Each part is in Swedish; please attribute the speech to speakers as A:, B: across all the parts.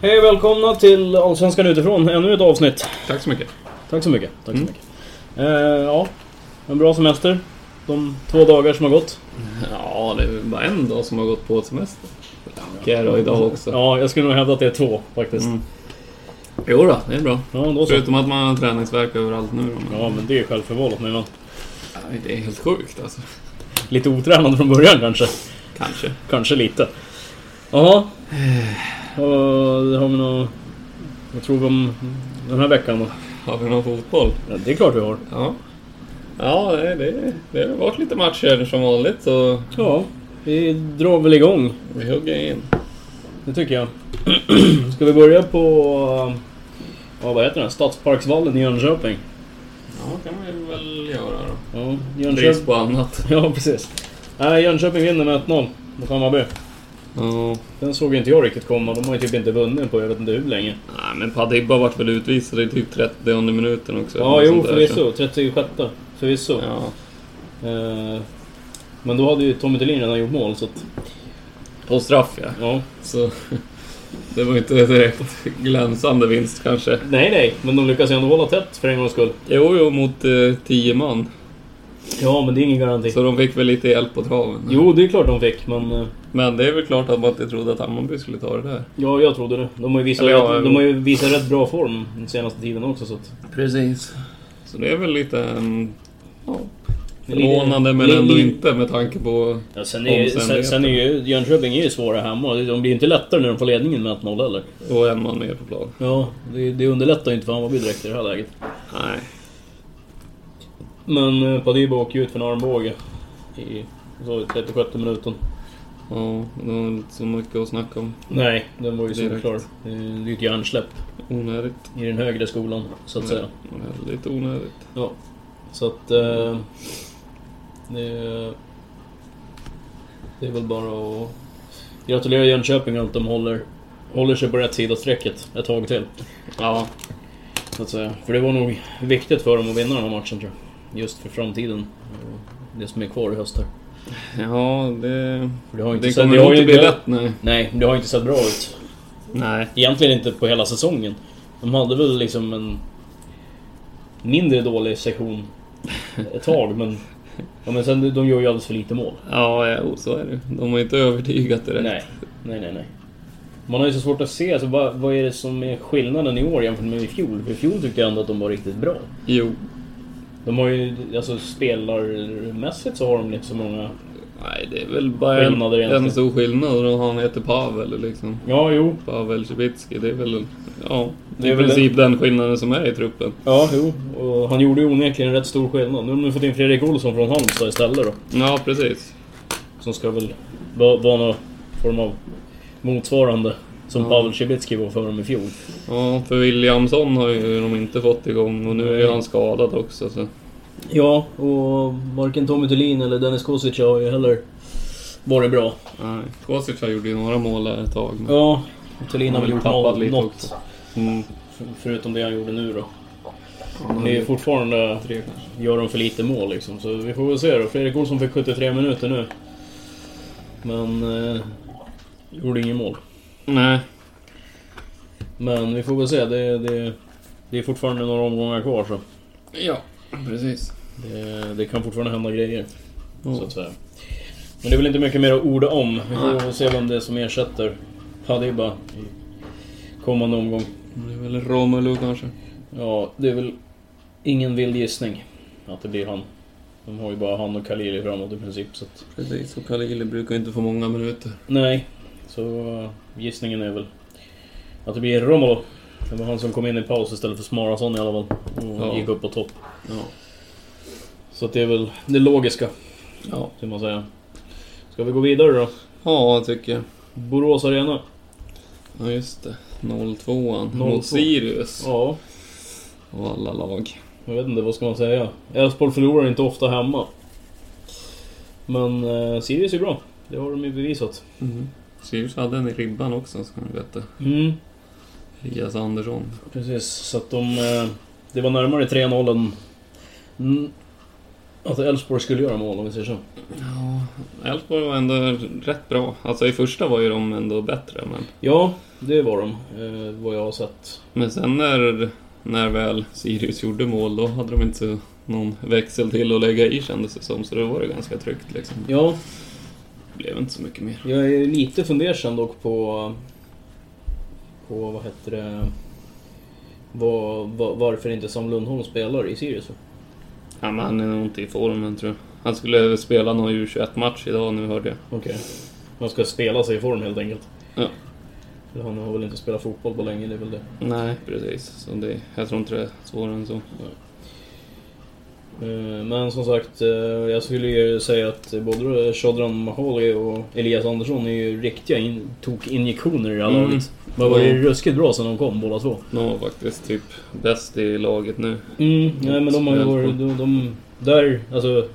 A: Hej och välkomna till Allsvenskan utifrån, ännu ett avsnitt.
B: Tack så mycket.
A: Tack så mycket. Tack så mycket. Eh, ja, en bra semester. De två dagar som har gått.
B: Ja, det är bara en dag som har gått på semester. Okej då, idag också.
A: Ja, jag skulle nog hävda att det är två faktiskt.
B: Jo då, det är bra.
A: Ja, då så.
B: Förutom att man har träningsvärk överallt nu. då, Men,
A: Ja, men det är självförvållat nu men
B: Nej, det är helt sjukt alltså.
A: Lite otränad från början kanske.
B: Kanske.
A: Kanske lite. Jaha. Och, har vi nå... Vad tror vi om den här veckan då?
B: Har vi någon fotboll?
A: Ja, det är klart vi har.
B: Ja. Ja, det, det, det har varit lite matcher som vanligt så
A: Ja, vi drar väl igång.
B: vi hugger in.
A: Det tycker jag. Ska vi börja på... Ja, vad heter den? Stadsparksvallen i Jönköping.
B: Ja, kan vi väl göra då.
A: Ja,
B: Brist
A: Jönköping.
B: på annat.
A: Ja, precis. Nej, Jönköping vinner med 1-0 mot Hammarby.
B: Ja.
A: Den såg inte jag riktigt komma. De har ju typ inte vunnit på jag vet inte hur länge.
B: Nej, men Padibba vart väl utvisad i typ 30 minuten också.
A: Ja,
B: Något
A: jo
B: sånt där, så-
A: förvisso. 36 förvisso.
B: Ja.
A: Eh, men då hade ju Tommy Thelin redan gjort mål så att...
B: På straff ja.
A: Ja.
B: Så det var inte direkt glänsande vinst kanske.
A: Nej, nej. Men de lyckas ju ändå hålla tätt för en gångs skull.
B: Jo, jo, mot eh, tio man.
A: Ja, men det är ingen garanti.
B: Så de fick väl lite hjälp på traven.
A: Jo, det är klart de fick, men... eh,
B: Men det är väl klart att man inte trodde att Hammarby skulle ta det där.
A: Ja, jag trodde det. De har ju visat,
B: Eller ja,
A: rätt,
B: jag-
A: de har ju visat rätt bra form den senaste tiden också. Så att,
B: Precis. Så det är väl lite... mm, Ja, förvånande men ändå inte med tanke på...
A: Ja, sen, är, sen,
B: Omständigheter.
A: sen är ju Jönköping är ju svåra hemma. De blir ju inte lättare när de får ledningen med 1-0 heller.
B: Och en man mer på plan.
A: Ja, det, det underlättar ju inte för Hammarby direkt i det här läget.
B: Nej.
A: Men eh, Padiba åker ju ut för en armbåge i så, i 36 minuten.
B: Ja, det var inte så mycket att snacka om.
A: Nej, den var ju
B: Direkt.
A: solklar. Eh, Det är ju ett hjärnsläpp
B: Onödigt.
A: i den högre skolan, så att säga.
B: Lite onödigt.
A: Ja. Så att... Eh, det, det är väl bara att gratulera Jönköping att de håller, håller sig på rätt sida strecket ett tag till.
B: Ja.
A: Så att säga. För det var nog viktigt för dem att vinna den här matchen tror jag. Just för framtiden. och Det som är kvar i höst här.
B: Ja, det...
A: För det har
B: Det
A: sett-
B: kommer
A: det har
B: nog inte
A: ju
B: bli lätt, nej.
A: Nej, men det har inte sett bra ut.
B: Nej.
A: Egentligen inte på hela säsongen. De hade väl liksom en mindre dålig sektion ett tag men... Ja men sen de gör ju alldeles för lite mål.
B: Ja, jo, så är det De har inte övertygat direkt.
A: Nej, nej, nej. nej. Man har ju så svårt att se, alltså, vad, vad är det som är skillnaden i år jämfört med i fjol? För i fjol tyckte jag ändå att de var riktigt bra.
B: Jo.
A: De har ju, alltså spelarmässigt så har de inte så många...
B: Nej, det är väl bara en,
A: Skillnader egentligen.
B: en stor skillnad och då han heter Pavel liksom.
A: Ja, jo.
B: Pavel Cibicki, det är väl en, ja,
A: Det är
B: i
A: väl
B: princip den skillnaden som är i truppen.
A: Ja, jo. Och han gjorde ju onekligen en rätt stor skillnad. Nu har de fått in Fredrik Olsson från Halmstad istället då.
B: Ja, precis.
A: Som ska väl va- vara någon form av motsvarande som Pavel Cibicki var för dem i fjol.
B: Ja, för Williamson har ju de inte fått igång och nu är ju han skadad också så.
A: Ja, och varken Tommy Thulin eller Dennis Kosic har ju heller varit bra.
B: Nej. Kosic har gjort ju några mål där ett tag. Men,
A: Ja, Thulin har väl gjort
B: tappat
A: något,
B: lite
A: något
B: också. Mm.
A: för- förutom det han gjorde nu då.
B: Han
A: Det är
B: hade
A: fortfarande...
B: tre kanske.
A: Gör de för lite mål liksom, så vi får väl se då. Fredrik Olsson fick 73 minuter nu. Men... Eh, gjorde inget mål.
B: Nej.
A: Men vi får väl se. Det, det, det är fortfarande några omgångar kvar så.
B: Ja, precis.
A: Eh, Det, det kan fortfarande hända grejer.
B: Ja.
A: Så att säga. Men det är väl inte mycket mer att orda om. Vi får
B: Nej.
A: väl se vem det är som ersätter Hadiba i kommande omgång.
B: Det är väl Romelu kanske.
A: Ja, det är väl ingen vild gissning att det blir han. De har ju bara han och Khalili framåt i princip. Så att,
B: Precis, och Kalili brukar inte få många minuter.
A: nej, så eh, gissningen är väl att det blir Romolo. Det var han som kom in i paus istället för Smarason i alla fall. Och
B: Ja.
A: gick upp på topp.
B: Ja.
A: Så att det är väl det logiska,
B: Ja,
A: kan man säga. Ska vi gå vidare då?
B: ja tycker jag.
A: Borås Arena.
B: Ja, just det. 02an
A: 02.
B: mot Sirius.
A: Ja,
B: Av alla lag.
A: jag vet inte vad ska man säga. Elfsborg förlorar inte ofta hemma. Men eh, Sirius är bra. Det har de ju bevisat.
B: Sirius hade en i ribban också, ska ni veta.
A: Mm,
B: Elias Andersson.
A: precis. Så att de... Eh, det var närmare 3-0 än... Mm, att Elfsborg skulle göra mål om vi säger så.
B: Ja, Elfsborg var ändå rätt bra. Alltså i första var ju de ändå bättre, men...
A: Ja, det var de. Eh, vad jag har sett.
B: Men sen när, när väl Sirius gjorde mål, då hade de inte så- någon växel till att lägga i kändes det som, så då var det ganska tryggt liksom.
A: Ja,
B: Det blev inte så mycket mer.
A: jag är lite fundersam dock på... På vad heter det... Vad, vad, varför inte Sam Lundholm spelar i Sirius.
B: Ja, men han är nog inte i formen tror jag. Han skulle spela någon U21-match idag nu hörde jag.
A: Okej. Man ska spela sig i form helt enkelt.
B: Ja.
A: Eller Han har väl inte spelat fotboll på länge, det är väl det.
B: Nej, precis. Så det, jag tror inte det är svårare än så.
A: Eh, Men som sagt, eh, jag skulle ju säga att både Shadran Mahali och Elias Andersson är ju riktiga in- tokinjektioner i det här
B: Mm.
A: laget. De var ju
B: Ja.
A: ruskigt bra sen de kom båda två.
B: De var faktiskt typ bäst i laget nu.
A: Mm, nej men de har ju varit... De, de, där, alltså...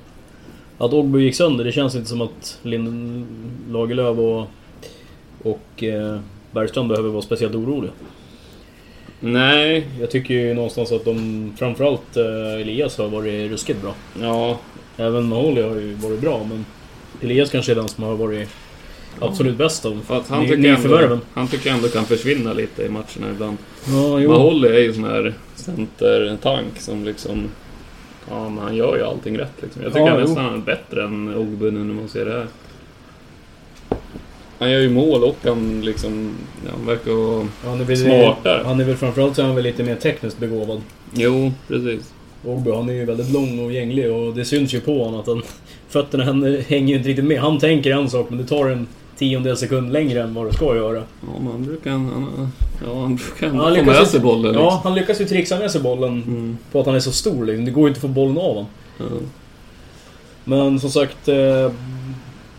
A: Att Ogbu gick sönder, det känns inte som att Lind, Lagerlöf och, och eh, Bergstrand behöver vara speciellt oroliga.
B: Nej,
A: Jag tycker ju någonstans att de, framförallt eh, Elias har varit ruskigt bra.
B: ja,
A: Även Mahoney har ju varit bra, men Elias kanske är den som har varit absolut bäst av
B: fast han
A: ny-
B: tycker, jag
A: nyförvärven.
B: ändå, han tycker jag ändå kan försvinna lite i matcherna ibland.
A: Ja, jo.
B: Maholi är ju sån här centertank som liksom... Ja, men han gör ju allting rätt liksom. Jag tycker
A: Ja,
B: han
A: jo.
B: nästan är bättre än Ogbu nu när man ser det här. Han gör ju mål och han liksom... ja, Han verkar vara...
A: Han är väl,
B: Smartare.
A: Han är väl framförallt så är han väl lite mer tekniskt begåvad.
B: Jo, precis.
A: Ogbu, han är ju väldigt lång och gänglig och det syns ju på honom att han, fötterna han hänger ju inte riktigt med. Han tänker en sak, men det tar en tiondel sekund längre än vad det ska göra.
B: Ja, men han brukar... Han, ja, han brukar
A: Ja,
B: ändå få
A: lyckas
B: med
A: ju-
B: sig bollen
A: Ja,
B: liksom.
A: han lyckas ju trixa med sig bollen
B: Mm,
A: på att han är så stor. Liksom. Det går ju inte att få bollen av honom.
B: ja.
A: Men som sagt, eh,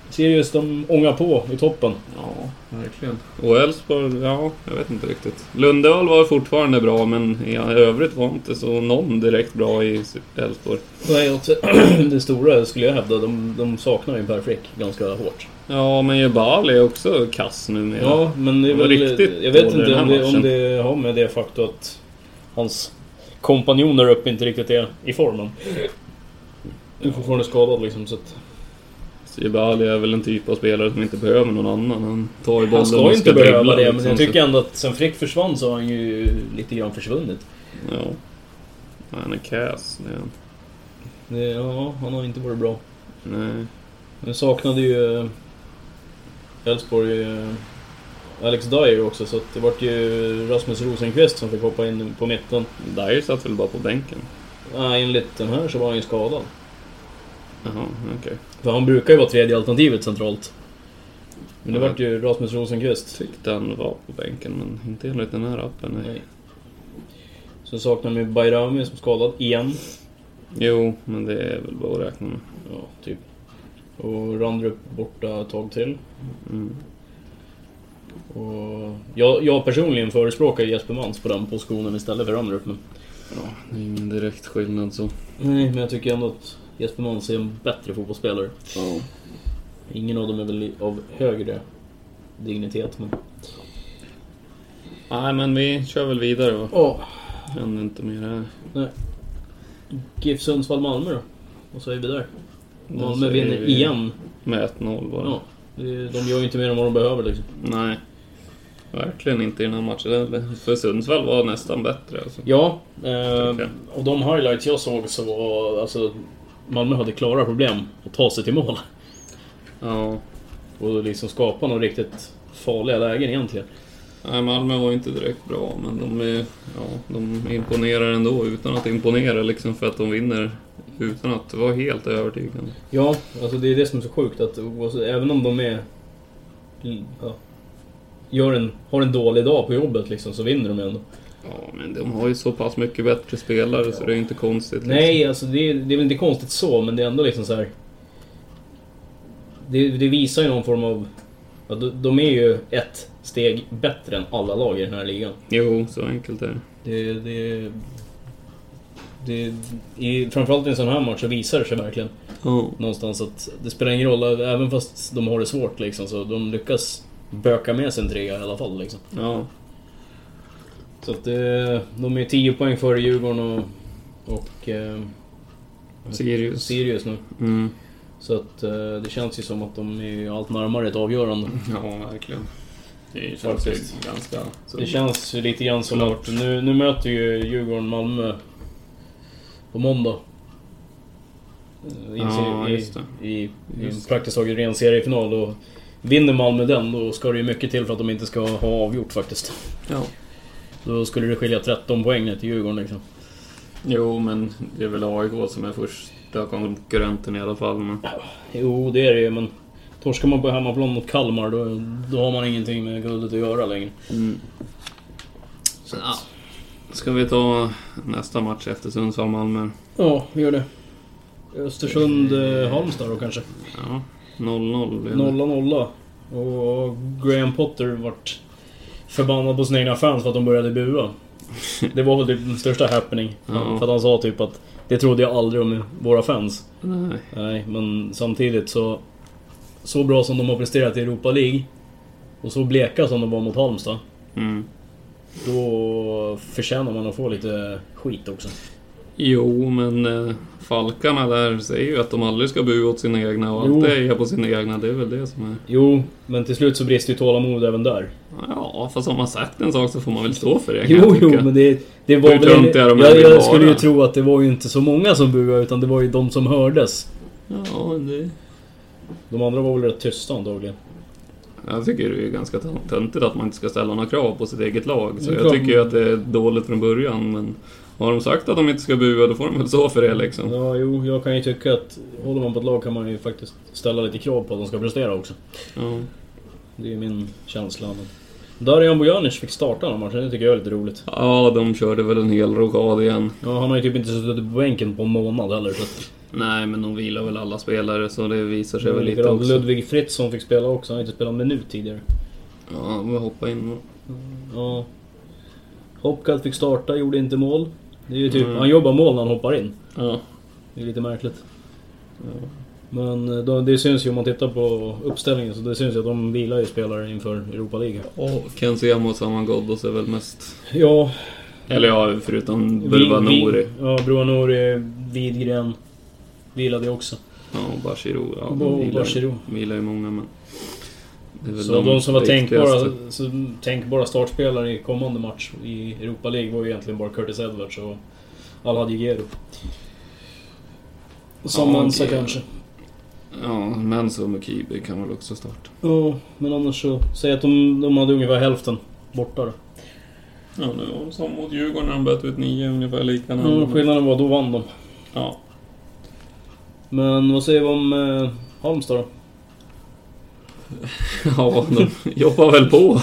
A: Sirius de ångar på i toppen.
B: ja, verkligen. Och Elfsborg, ja, jag vet inte riktigt. Lundahl var fortfarande bra, men i övrigt var inte så någon direkt bra i Elfsborg.
A: Nej, och det stora skulle jag hävda, de, de saknar ju Per Frick ganska hårt.
B: Ja, men Jebali är också kass numera.
A: Ja, men det är
B: Han var
A: väl...
B: riktigt
A: Jag vet
B: dålig
A: inte
B: den
A: om
B: här
A: det, om
B: matchen.
A: det har med det faktum att hans kompanjon där uppe inte riktigt är i formen. Han är fortfarande skadad liksom, så att...
B: Så Jebali är väl en typ av spelare som inte behöver någon annan. Han tar ju bollen
A: Han ska
B: och
A: ju inte behöva
B: dribbla,
A: det, men
B: liksom,
A: jag
B: så-
A: tycker ändå att sen Frick försvann så har han ju lite grann försvunnit.
B: Ja. Nej, Han är kass. det är han.
A: Det- Ja, han har inte varit bra.
B: Nej.
A: Nu saknade ju eh, Elfsborg eh, Alex Dyer också så att det vart ju Rasmus Rosenqvist som fick hoppa in på mitten.
B: Dyer satt väl bara på bänken?
A: Ah, enligt den här så var han ju skadad.
B: Jaha, okej.
A: För han brukar ju vara tredje alternativet centralt. Men det
B: Ja.
A: vart ju Rasmus Rosenqvist.
B: Tyckte han var på bänken, men inte enligt den här appen. Nej.
A: Nej. Sen saknar de ju Bayrami som skadad igen.
B: Jo, men det är väl bara att räkna med.
A: Ja, typ. Och Randrup borta ett tag till.
B: Mm.
A: Och jag, jag personligen förespråkar Jesper Mans på den positionen istället för Randrup. Men...
B: Ja, det är ingen direkt skillnad så.
A: Nej, men jag tycker ändå att Jesper Måns är en bättre fotbollsspelare.
B: Ja.
A: Ingen av dem är väl i- av högre dignitet, men...
B: Nej, men vi kör väl vidare va?
A: Ja.
B: Händer inte mer här.
A: Nej. GIF Sundsvall-Malmö då? Och så är vi där.
B: Då
A: Malmö
B: säger
A: vinner
B: vi-
A: igen.
B: Med 1-0 bara.
A: Ja. Det- De gör ju inte mer än vad de behöver liksom.
B: Nej. Verkligen inte i den här matchen heller. För Sundsvall var nästan bättre alltså.
A: Ja, eh,
B: Verkligen.
A: och de highlights jag såg så var alltså Malmö hade klara problem att ta sig till mål.
B: Ja.
A: Och liksom skapa några riktigt farliga lägen egentligen.
B: Nej, Malmö var ju inte direkt bra, men de, är, ja, de imponerar ändå utan att imponera liksom för att de vinner utan att vara helt övertygande.
A: Ja, alltså det är det som är så sjukt att oavsett- även om de är... Ja, gör en, har en dålig dag på jobbet liksom så vinner de ändå.
B: Ja, men de har ju så pass mycket bättre spelare så det är ju inte konstigt. Liksom.
A: Nej, alltså det, är- det är väl inte konstigt så, men det är ändå liksom så här. Det, det visar ju någon form av... Ja, de, de är ju ett steg bättre än alla lag i den här ligan.
B: Jo, så enkelt är det.
A: Det, det, det, i, framförallt i en sån här match så visar det sig verkligen
B: Ja.
A: någonstans att det spelar ingen roll, även fast de har det svårt liksom, så de lyckas böka med sin trea i alla fall. Liksom.
B: Ja.
A: Så att det, de är 10 poäng före Djurgården och, och eh,
B: Sirius.
A: Sirius nu.
B: Mm.
A: Så att eh, det känns ju som att de är allt närmare ett avgörande.
B: Ja, verkligen. Det känns
A: Faktiskt.
B: ju ganska...
A: Det känns ju lite grann som att nu, nu möter ju Djurgården Malmö på måndag. Eh, I, en serie-
B: Ja, just det.
A: i, i, i en
B: Just
A: praktiskt taget ren seriefinal. Och vinner Malmö den då ska det ju mycket till för att de inte ska ha avgjort faktiskt.
B: Ja.
A: Då skulle det skilja 13 poäng ner till Djurgården liksom.
B: Jo, men det är väl AIK som är första konkurrenten i alla fall. Men...
A: Jo, det är det ju men... Torskar man på hemmaplan mot Kalmar då, då har man ingenting med guldet att göra längre.
B: Så, ja. Ska vi ta nästa match efter Sundsvall-Malmö?
A: Ja, vi gör det. Östersund-Halmstad eh, då kanske?
B: Ja, 0-0 blev det.
A: Nolla nolla. Och Graham Potter vart förbannad på sina egna fans för att de började bua. Det var väl typ den största happening.
B: Ja.
A: För att han sa typ att det trodde jag aldrig om våra fans.
B: Nej.
A: Nej, men samtidigt så... Så bra som de har presterat i Europa League och så bleka som de var mot Halmstad.
B: Mm.
A: Då förtjänar man att få lite skit också.
B: Jo, men eh, Falkarna där säger ju att de aldrig ska bua åt sina egna och
A: Jo.
B: alltid heja på sina egna. Det är väl det som är...
A: Jo, men till slut så brister ju tålamod även där.
B: Ja, fast har man sagt en sak så får man väl stå för det.
A: Jo,
B: kan jag
A: jo,
B: tycka.
A: men det, det var
B: Hur
A: väl...
B: tunt är de än
A: jag
B: vill
A: jag skulle ju
B: vara?
A: tro att det var ju inte så många som buade, utan det var ju de som hördes.
B: Ja, det...
A: De andra var väl rätt tysta antagligen.
B: Jag tycker det är ganska tö- töntigt att man inte ska ställa några krav på sitt eget lag.
A: Det
B: Så
A: är
B: jag
A: klart.
B: tycker ju att det är dåligt från början, men... Har de sagt att de inte ska bua, då får de väl stå för det liksom.
A: Ja, jo, jag kan ju tycka att håller man på ett lag kan man ju faktiskt ställa lite krav på att de ska prestera också.
B: Ja.
A: Det är min känsla. Men... Darijan Bojanic fick starta den här matchen, det tycker jag är lite roligt.
B: Ja, de körde väl en hel rokad igen.
A: Ja, han har ju typ inte suttit på bänken på en månad heller. Så att...
B: Nej, men de vilar väl alla spelare så det visar sig väl lite
A: Likadant
B: också.
A: Ludvig Fritzson fick spela också, han har inte spelat en minut tidigare.
B: Ja, vi hoppar in.
A: Ja. Hopkalt fick starta, gjorde inte mål. Det är ju typ,
B: Mm.
A: Han jobbar mål när han hoppar in.
B: Ja.
A: Det är lite märkligt. Men eh, då, det syns ju om man tittar på uppställningen, så det syns ju att de vilar ju spelare inför Europa League.
B: Och Kenzema och Saman Ghoddos är väl mest...
A: Ja,
B: Eller ja, förutom Burva Nouri.
A: Ja, Bruvanori, Widgren vilade ju också.
B: Ja, och Bashiro. Ja, de
A: Och
B: vilar-
A: Bashiro.
B: Vilar ju många, men... Det är väl
A: Så de, som var tänkbara,
B: viktigaste.
A: så, tänkbara startspelare i kommande match i Europa League var ju egentligen bara Curtis Edwards och Alhad Jigero. Och Samansa
B: Jigero.
A: kanske.
B: Ja, men så Mukibi kan väl också starta.
A: Ja, men annars så... Säg att de, de hade ungefär hälften borta då.
B: Ja, nu var det som mot Djurgården när de böt ut nio, ungefär likadant.
A: Ja, skillnaden var då vann de.
B: Ja.
A: Men vad säger vi om eh, Halmstad då?
B: ja, de jobbar väl på.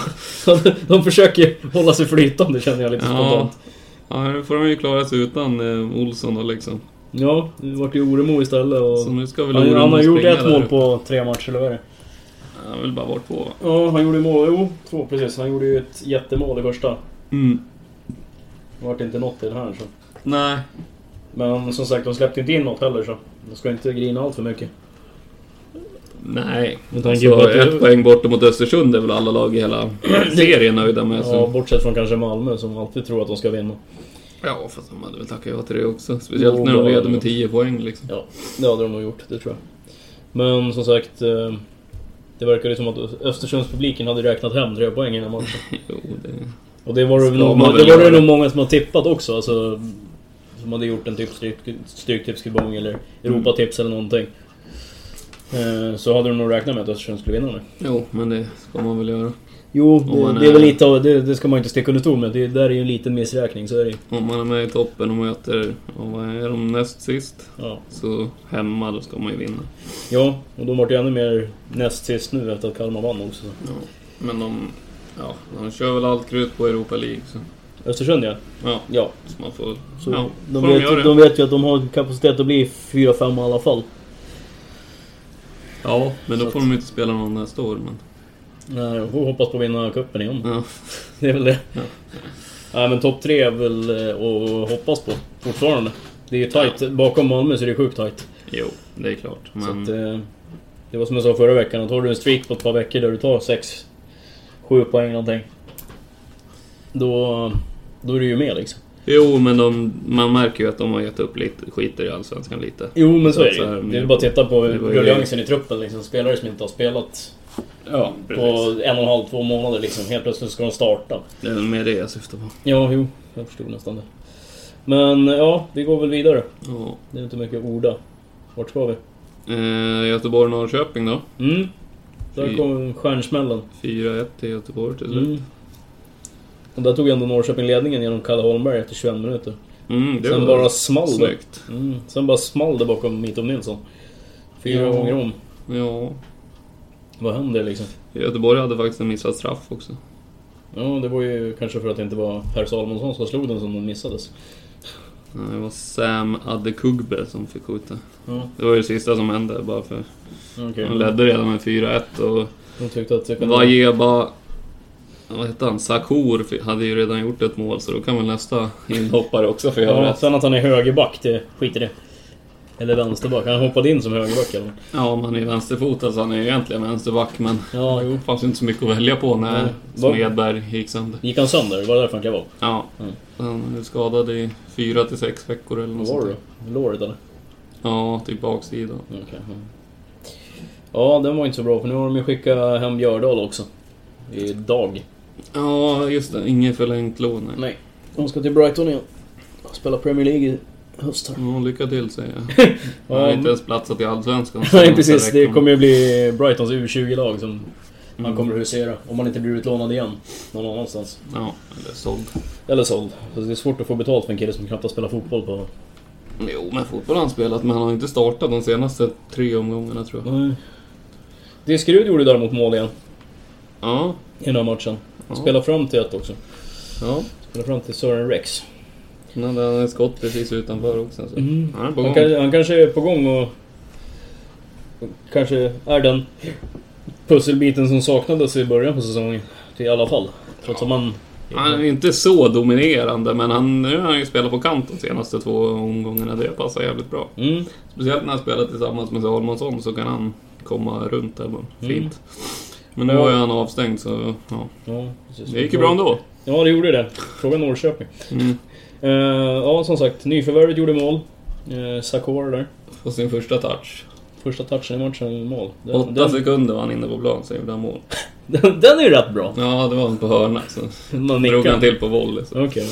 A: de försöker hålla sig flytande känner jag lite
B: Ja.
A: spontant.
B: ja, nu får de ju klara sig utan eh, Olsson då liksom.
A: Ja, det vart ju Oremo istället och...
B: Så nu ska väl
A: Han,
B: Orun
A: han har gjort
B: springa
A: ett
B: där
A: mål
B: uppe.
A: på tre matcher, eller vad är det?
B: Han har väl bara varit två va?
A: Ja, han gjorde mål. Jo, två precis. Han gjorde ju ett jättemål i första.
B: Mm.
A: Det vart inte något i den här så.
B: Nej.
A: Men som sagt, de släppte inte in något heller så. De ska inte grina allt för mycket.
B: Nej.
A: Med tanke på
B: Så
A: att det-
B: ett poäng borta mot Östersund är väl alla lag i hela serien nöjda med.
A: Ja,
B: Så.
A: bortsett från kanske Malmö som alltid tror att de ska vinna.
B: Ja, fast de hade väl tackat ja till det också. Speciellt
A: Jo,
B: när
A: det
B: de
A: hade
B: leder
A: de.
B: med 10 poäng liksom.
A: Ja, det hade de nog gjort, det tror jag. Men som sagt, eh, det verkar ju som att Östersundspubliken hade räknat hem tre poäng innan matchen.
B: Jo, det...
A: Och det var det,
B: Ska
A: nog,
B: man väl
A: det var det
B: göra.
A: nog många som har tippat också. Alltså, som hade gjort en typ stryk- stryktipskurbong eller Europatips eller någonting. Eh, Så hade de nog räknat med att Östersund skulle vinna nu.
B: Jo, men det ska man väl göra.
A: Jo,
B: Om man
A: det, det är väl
B: är-
A: lite av, det, det ska man inte sticka under stol med. Det där är ju en liten missräkning, så är det ju.
B: Om man är med i toppen och möter, ja, vad är de näst sist?
A: Ja.
B: Så hemma, då ska man ju vinna.
A: ja, och de vart ju ännu mer näst sist nu efter att Kalmar vann också.
B: Ja. Men de, ja, de kör väl allt krut på Europa League så.
A: Östersund ja.
B: Ja,
A: ja.
B: så man får...
A: Så
B: ja,
A: de,
B: får de
A: vet,
B: göra
A: de,
B: det.
A: vet ju att de har kapacitet att bli 4-5 i alla fall.
B: Ja, men
A: Så
B: då får de ju inte spela någon nästa år. Men,
A: Nej, och Eh, hoppas på att vinna cupen igen.
B: ja.
A: Det är väl det.
B: Ja.
A: Nej men topp tre är väl eh, att hoppas på fortfarande. Det är ju tajt. Bakom Malmö så är det sjukt tajt.
B: Jo, det är klart.
A: Så
B: Men
A: att, eh, det var som jag sa förra veckan, att har du en streak på ett par veckor där du tar sex, sju poäng någonting. Då, då är du ju med liksom.
B: Jo, men de, man märker ju att de har gett upp lite, skiter i Allsvenskan lite.
A: Jo men så,
B: Så
A: är
B: att
A: det
B: så här,
A: ju. Det är
B: men-
A: bara att titta på
B: det var ju-
A: ruljansen i truppen liksom. Spelare som inte har spelat
B: Ja,
A: på en och en halv, två månader liksom. Helt plötsligt ska de starta.
B: Det är väl mer det jag syftar på.
A: Ja, jo. Jag förstod nästan det. Men ja, vi går väl vidare.
B: Ja.
A: Det är inte mycket att orda. Vart ska vi?
B: Eh, Göteborg-Norrköping då.
A: Mm. Där
B: Fy.
A: kom stjärnsmällen.
B: 4-1 till Göteborg till slut.
A: Mm. Och där tog ändå Norrköping ledningen genom Kalle Holmberg efter 21 minuter.
B: Mm, det
A: Sen
B: var
A: bara small det.
B: snyggt.
A: Mm. Sen bara small det bakom Mitov Nilsson. Fyra
B: Ja.
A: gånger om.
B: Ja,
A: Vad händer liksom?
B: Göteborg hade faktiskt en missad straff också.
A: Ja, det var ju kanske för att det inte var Per Salomonsson som slog den som den missades.
B: Nej, Det var Sam Adekugbe som fick skjuta.
A: Ja, Mm.
B: Det var det sista som hände bara för...
A: okej.
B: Han ledde redan med 4-1 och
A: De tyckte att det kunde...
B: Vajeba... Vad hette han? Sakour hade ju redan gjort ett mål så då kan väl nästa inhoppare också få göra
A: Ja,
B: ett.
A: sen att han är högerback, det skiter det. Eller vänsterback. Han hoppade in som högerback eller?
B: Ja, man är ju vänsterfotad så han är ju egentligen vänsterback men...
A: Ja, jo.
B: Det fanns ju inte så mycket att välja på när
A: Nej.
B: Smedberg gick sönder.
A: Gick han sönder? Var det därför han klev av?
B: Ja.
A: Mm.
B: Han är skadad i fyra till sex veckor eller något
A: Vad var
B: sånt
A: det
B: där.
A: då? Låret eller?
B: Ja, typ baksidan.
A: Okej, ja. Ja, den var inte så bra för nu har de ju skickat hem Björdal också. Idag.
B: Ja, just det. Inget förlängt lån. Nej.
A: Nej. De ska till Brighton igen. Spela Premier League i höst här.
B: Ja, lycka till säger jag. Han har
A: Ja,
B: inte ens platsat i Allsvenskan.
A: Nej precis, det
B: Direkt.
A: kommer ju bli Brightons U20-lag som man kommer att husera. Om man inte blir utlånad igen. Någon annanstans.
B: Ja, eller såld.
A: Eller såld. Så det är svårt att få betalt för en kille som knappt har spelat fotboll på...
B: Jo, men fotboll har han spelat, men han har inte startat de senaste tre omgångarna tror jag.
A: Nej. Diskerud gjorde däremot mål igen.
B: Ja.
A: I den här matchen.
B: Ja.
A: Spelade fram till ett också.
B: ja.
A: Spelade fram till Sören Rex.
B: Han hade ett skott precis utanför också. Så.
A: Mm.
B: Han är på
A: Han,
B: gång.
A: kan, han kanske är på gång och... Kanske är den pusselbiten som saknades i början på säsongen. I alla fall. Trots att man...
B: Han är inte så dominerande, men han, nu har han ju spelat på kant de senaste två omgångarna. Det passar jävligt bra.
A: Mm.
B: Speciellt när han spelar tillsammans med Salomonsson så kan han komma runt där. bara. Fint. Men nu
A: Mm. Ja.
B: var ju han avstängd så ja.
A: Ja, precis.
B: Det gick ju bra ändå.
A: Ja, det gjorde det. Fråga Norrköping.
B: Mm.
A: Eh, ja, som sagt. Nyförvärvet gjorde mål. Uh, Sakor där.
B: På sin första touch.
A: Första touchen i matchen, mål. Den,
B: Åtta
A: den,
B: sekunder var han inne på plan så gjorde han mål.
A: den, den är ju rätt bra.
B: Ja, det var han på hörna. Så
A: Någon
B: drog
A: nickar.
B: han
A: Okej,
B: till på volley. Så.
A: ja.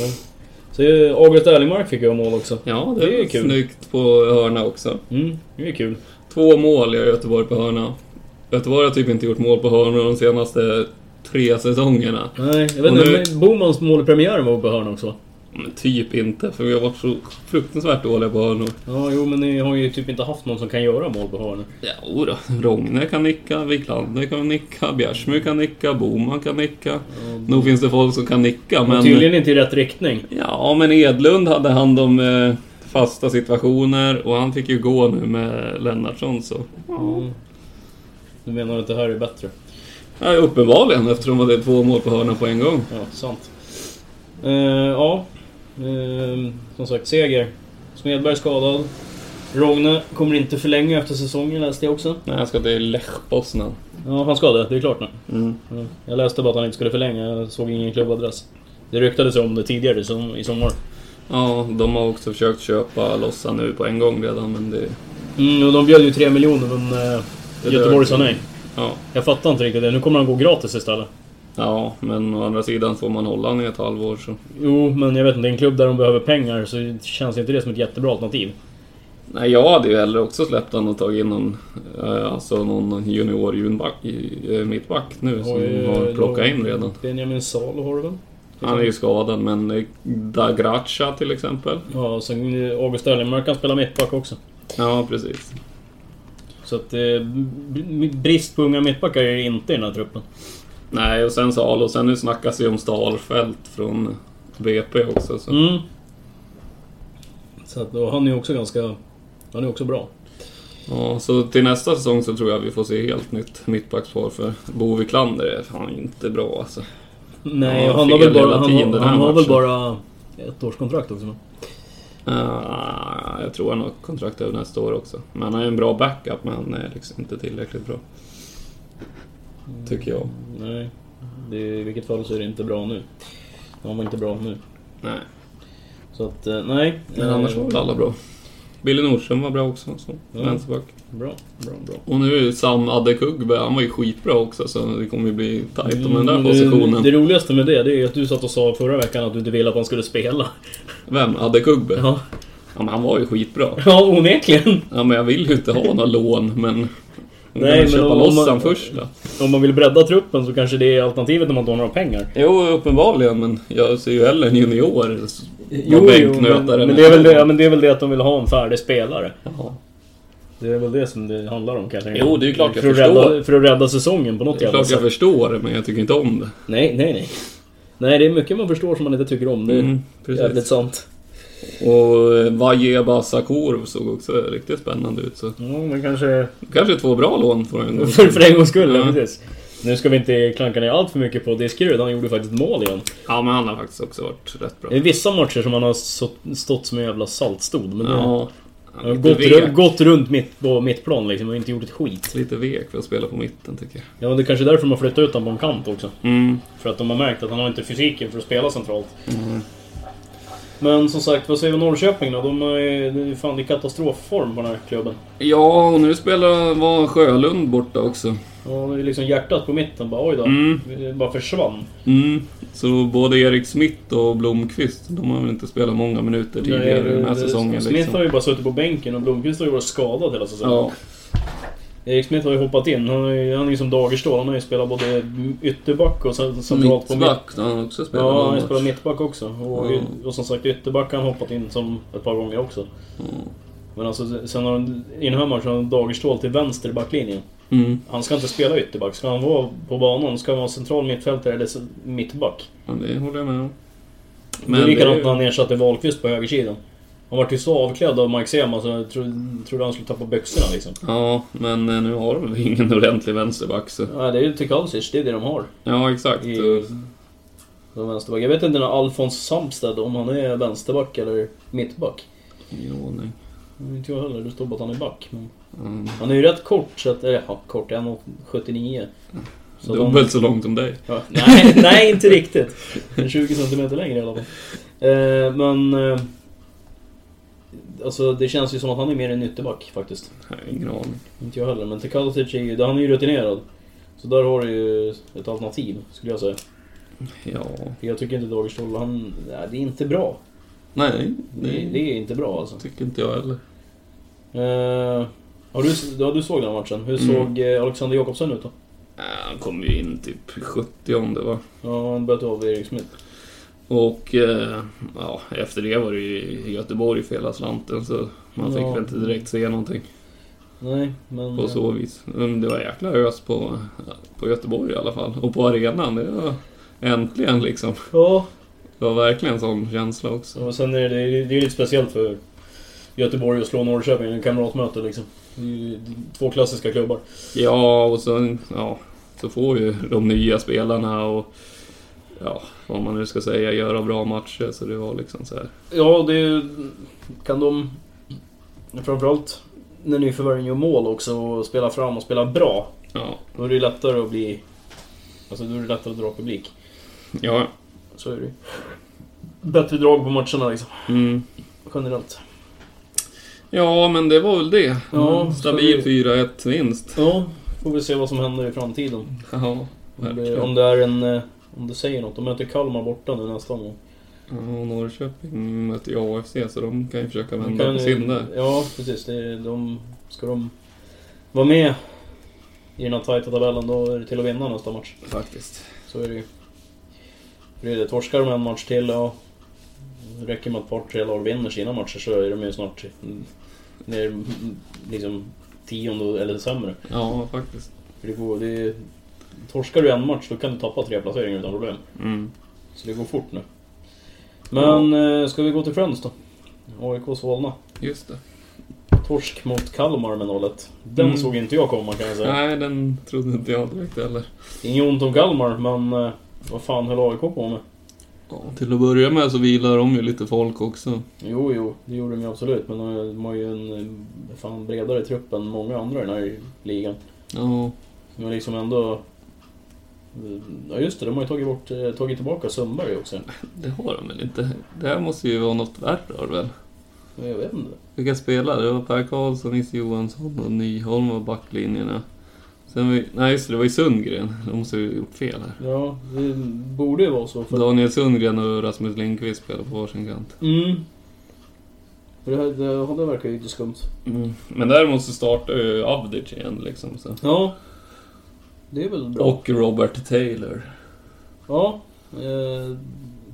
A: Så eh, August Erlingmark fick göra mål också.
B: Ja,
A: Det
B: det,
A: är
B: var
A: kul.
B: snyggt på hörna också.
A: Mm, det är kul.
B: Två mål gör Göteborg på hörna. Göteborg har typ inte gjort mål på hörnor de senaste tre säsongerna.
A: Nej, jag vet
B: Och
A: inte.
B: nu-
A: men Bomans mål i premiären var på hörna också.
B: Men typ inte, för vi har varit så fruktansvärt dåliga på hörnor.
A: Ja, jo, men ni har ju typ inte haft någon som kan göra mål på hörnor.
B: Ja, då. Rogne kan nicka, Wiklander kan nicka, Bjärsmyr kan nicka, Boman kan nicka. Nog finns det folk som kan nicka, men...
A: Men... Tydligen inte i rätt riktning.
B: Ja, men Edlund hade hand om eh, fasta situationer och han fick ju gå nu med Lennartsson så...
A: Mm. Du menar att det här är bättre?
B: Ja, uppenbarligen eftersom det är två mål på hörna på en gång.
A: Ja, sant. Eh, ja, Ehm, som sagt, seger. Smedberg skadad. Rogne kommer inte förlänga efter säsongen läste jag också.
B: Nej, jag ska till Lech Poznan.
A: Ja, han ska det. Det är klart nu. Ja, Jag läste bara att han inte skulle förlänga. Jag såg ingen klubbadress. Det ryktades om det tidigare som, i sommar.
B: Ja, de har också försökt köpa Lossa nu på en gång redan, men det...
A: Mm, och de bjöd ju 3 miljoner men eh,
B: det
A: Göteborg sa
B: dör.
A: nej.
B: Ja.
A: Jag fattar inte riktigt det. Nu kommer han gå gratis istället.
B: ja, men å andra sidan får man hålla honom i ett halvår så...
A: Jo, men jag vet inte. En klubb där de behöver pengar så känns inte det som ett jättebra alternativ.
B: Nej, jag hade ju hellre också släppt honom och tagit in någon, eh, alltså någon junior junback, eh, mittback nu som
A: Oj,
B: har
A: eh, då-
B: plockat in redan.
A: Benjamin Salo har du väl?
B: Han är ju skadad, men eh, Da Gracia till exempel.
A: Ja, och sen eh, August Erlingmark kan spela mittback också.
B: Ja, precis.
A: Så att eh, b- brist på unga mittbackar är det inte i den här truppen.
B: Nej, och sen Sal och sen nu snackas det ju om Stalfelt från BP också. Så.
A: Mm. Så att, och han är ju också ganska... Han är också bra.
B: Ja, så till nästa säsong så tror jag vi får se helt nytt mittbackspar för Bo Wiklander är fan inte bra alltså.
A: Nej,
B: Ja,
A: och han har
B: fel
A: väl bara...
B: hela
A: Han,
B: tiden
A: har-
B: den här
A: han har väl
B: matchen.
A: bara ett årskontrakt också. men-
B: Ah, jag tror han har kontrakt över nästa år också. Men han är en bra backup, men han är liksom inte tillräckligt bra. Tycker jag.
A: Mm. Nej, det, i vilket fall så är det inte bra nu. Han var inte bra nu.
B: Nej,
A: Så att, eh, nej.
B: men
A: Eh,
B: annars var väl alla bra. Billy Nordström var bra också, så.
A: Ja.
B: vänsterback.
A: Bra, bra, bra.
B: Och nu är ju Sam Adekugbe, han var ju skitbra också, så det kommer ju bli tajt om den där
A: Mm,
B: positionen.
A: Det, det roligaste med det, det är att du satt och sa förra veckan att du inte ville att han skulle spela.
B: Vem? Adekugbe? Ja.
A: Ja,
B: men han var ju skitbra.
A: ja onekligen.
B: Ja, men jag vill ju inte ha några lån, men...
A: Nej,
B: Nej,
A: men
B: men köpa
A: om- om
B: loss
A: man-
B: han först då.
A: Om man vill bredda truppen så kanske det är alternativet när man inte har några pengar.
B: Jo, uppenbarligen, men jag ser ju hellre en junior s-
A: Jo,
B: vara
A: jo, men,
B: bänknötare.
A: men,
B: än-
A: det är väl det, ja, men det är väl det att de vill ha en färdig spelare.
B: Ja.
A: Det är väl det som det handlar om kanske.
B: Jo, det är ju klart jag
A: för att,
B: förstår.
A: rädda, för att rädda säsongen på något
B: Det är
A: jävla
B: klart jag
A: sätt.
B: förstår, men jag tycker inte om det.
A: Nej, nej, nej. Nej, det är mycket man förstår som man inte tycker om. Det är
B: Mm,
A: jävligt
B: precis.
A: sant.
B: Och eh, Vajeba Sakurov såg också riktigt spännande ut. Så.
A: Ja, men kanske...
B: Kanske två bra lån för en gång.
A: För, för en gångs skull, ja.
B: Ja.
A: precis. Nu ska vi inte klanka ner allt för mycket på Diskerud. Han gjorde faktiskt mål igen.
B: Ja, men han har faktiskt också varit rätt bra.
A: Det är vissa matcher som han har så- stått som en jävla saltstod. Men det,
B: Ja,
A: han har
B: lite,
A: gått, ru-
B: vek,
A: gått runt mitt, på mittplan liksom och inte gjort ett skit.
B: lite vek för att spela på mitten tycker jag.
A: Ja, men det är kanske är därför de har flyttat ut honom på en kant också.
B: Mm.
A: För att de har märkt att han har inte fysiken för att spela centralt. Men som sagt, vad säger vi om Norrköping då? De är, det är fan i katastrofform på den här klubben.
B: Ja, och nu spelar var Sjölund borta också.
A: Ja, det är liksom hjärtat på mitten bara oj då.
B: Mm.
A: Det bara försvann.
B: Mm. Så både Erik Smith och Blomqvist, de har väl inte spelat många minuter tidigare den här
A: det-
B: säsongen.
A: Eh, Smith
B: Liksom.
A: har ju bara suttit på bänken och Blomqvist har ju varit skadad hela säsongen.
B: Ja,
A: Erik Smith har ju hoppat in. Han är ju, han är ju som Dagerstål. Han har ju spelat både ytterback och sen- centralt på mitt.
B: mittback har han också spelat
A: Ja,
B: någon
A: han har
B: match.
A: spelat mittback också. Och,
B: Ja.
A: och som sagt, ytterback har han hoppat in som ett par gånger också.
B: Mm.
A: Men alltså, sen har han, i den här matchen har han Dagerstål till vänster i backlinjen.
B: Mm.
A: Han ska inte spela ytterback. Ska han vara på banan, ska han vara central mittfältare eller c- mittback.
B: Ja, det håller jag med om.
A: det är likadant
B: det är
A: när
B: ju-
A: han ersatte Wahlqvist på högersidan. Han var ju så avklädd av Mike Sema så jag tro- trodde han skulle tappa byxorna liksom.
B: Ja, men eh, nu har de ingen ordentlig vänsterback så...
A: Ja, det är ju Tkalsic, det är det de har.
B: Ja, exakt.
A: I,
B: Och-
A: de vänsterback. Jag vet inte när Alfons Samsted, om han är vänsterback eller mittback.
B: Ingen aning.
A: Inte jag heller, det står bara att han är back. Men
B: Mm.
A: han är ju rätt kort, så att, eller ja, kort, 1,79. Så de-
B: Dubbelt så långt som dig.
A: Ja, nej, nej, inte riktigt. Men 20 centimeter längre i alla fall. Eh, men... Eh, alltså det känns ju som att han är mer en ytterback faktiskt.
B: Nej, Ingen aning.
A: Inte jag heller, men Tkalsic är ju, han är ju rutinerad. Så där har du ju ett alternativ, skulle jag säga.
B: Ja...
A: Jag tycker inte Dagerstål, han... Nej, det är inte bra.
B: Nej,
A: Det, det
B: det
A: är inte bra alltså.
B: tycker inte jag heller.
A: Eh, har du, ja, du såg den matchen. Hur
B: Mm.
A: såg eh, Alexander Jakobsen ut då?
B: Äh, Han kom ju in typ 70 om det var.
A: Ja, han böt av Erik Smith.
B: Och eh, ja, efter det var det ju i Göteborg för hela slanten så man fick
A: Ja.
B: väl inte direkt se någonting
A: Nej, men... eh,
B: på så vis. Men det var jäkla ös på, på Göteborg i alla fall. Och på arenan, det var äntligen liksom.
A: Ja,
B: Det var verkligen en sån känsla också.
A: och sen är det, det är ju lite speciellt för Göteborg att slå Norrköping i en kamratmöte liksom. Det är ju två klassiska klubbar.
B: Ja, och så, ja, så får ju de nya spelarna och ja, vad man nu ska säga, göra bra matcher. Så det var liksom så här.
A: Ja, det är ju- kan de... Framförallt när nyförvärven gör mål också och spelar fram och spelar bra.
B: Ja,
A: Då är det lättare att bli... Alltså då är det lättare att dra publik.
B: ja
A: Så är det ju. bättre drag på matcherna liksom.
B: Mm.
A: Generellt.
B: Ja, men det var väl det.
A: Ja,
B: Mm, Stabil
A: ska
B: 4-1 vinst.
A: Ja, får vi se vad som händer i framtiden.
B: Ja,
A: Om det-
B: verkligen.
A: Om det är en... eh, Om du säger något. De möter Kalmar borta nu nästa gång.
B: Ja, och Norrköping möter ju AFC så de kan ju försöka
A: De
B: vända
A: kan
B: på
A: ju-
B: sin där.
A: Ja, precis. Det, är- de, ska de vara med i den här tajta tabellen då är det till att vinna nästa match.
B: Faktiskt.
A: Så är det ju. För det är det. Torskar de en match till, ja. Det räcker med att ett par, tre lag vinner sina matcher så är de ju snart mm, ner mm, liksom tionde eller sämre.
B: Ja, faktiskt.
A: För det går, det är, torskar du en match då kan du tappa tre placeringar utan problem.
B: Mm.
A: Så det går fort nu. Men eh, ska vi gå till Friends då? AIK Solna.
B: Just det.
A: Torsk mot Kalmar med 0-1. Den
B: Mm.
A: såg inte jag komma kan jag säga.
B: Nej, den trodde inte jag direkt heller.
A: Inget ont om Kalmar, men eh, vad fan höll AIK på med?
B: Ja, till att börja med så vilar de ju lite folk också.
A: Jo, jo, det gjorde de ju absolut, men eh, de har ju en eh, fan bredare trupp än många andra i den här ligan.
B: Ja,
A: Men liksom ändå... eh, Ja just det, de har ju tagit, bort, eh, tagit tillbaka Sundberg också.
B: det har de väl inte. Det här måste ju vara något värre har det väl?
A: Men Jag vet inte.
B: Vilka spelare? Det var Per Karlsson, Nisse Johansson och Nyholm var backlinjerna. Sen var ju, nej just det, det var ju Sundgren. De måste ju ha gjort fel här.
A: Ja, det borde ju vara så. För...
B: Daniel Sundgren och Rasmus Lindqvist spelar på varsin kant.
A: Mm. För Det, här- det, ja, det verkar ju lite skumt.
B: Men däremot så startar ju Avdic igen liksom. Så.
A: Ja. Det är väl bra.
B: Och Robert Taylor.
A: Ja. Eh,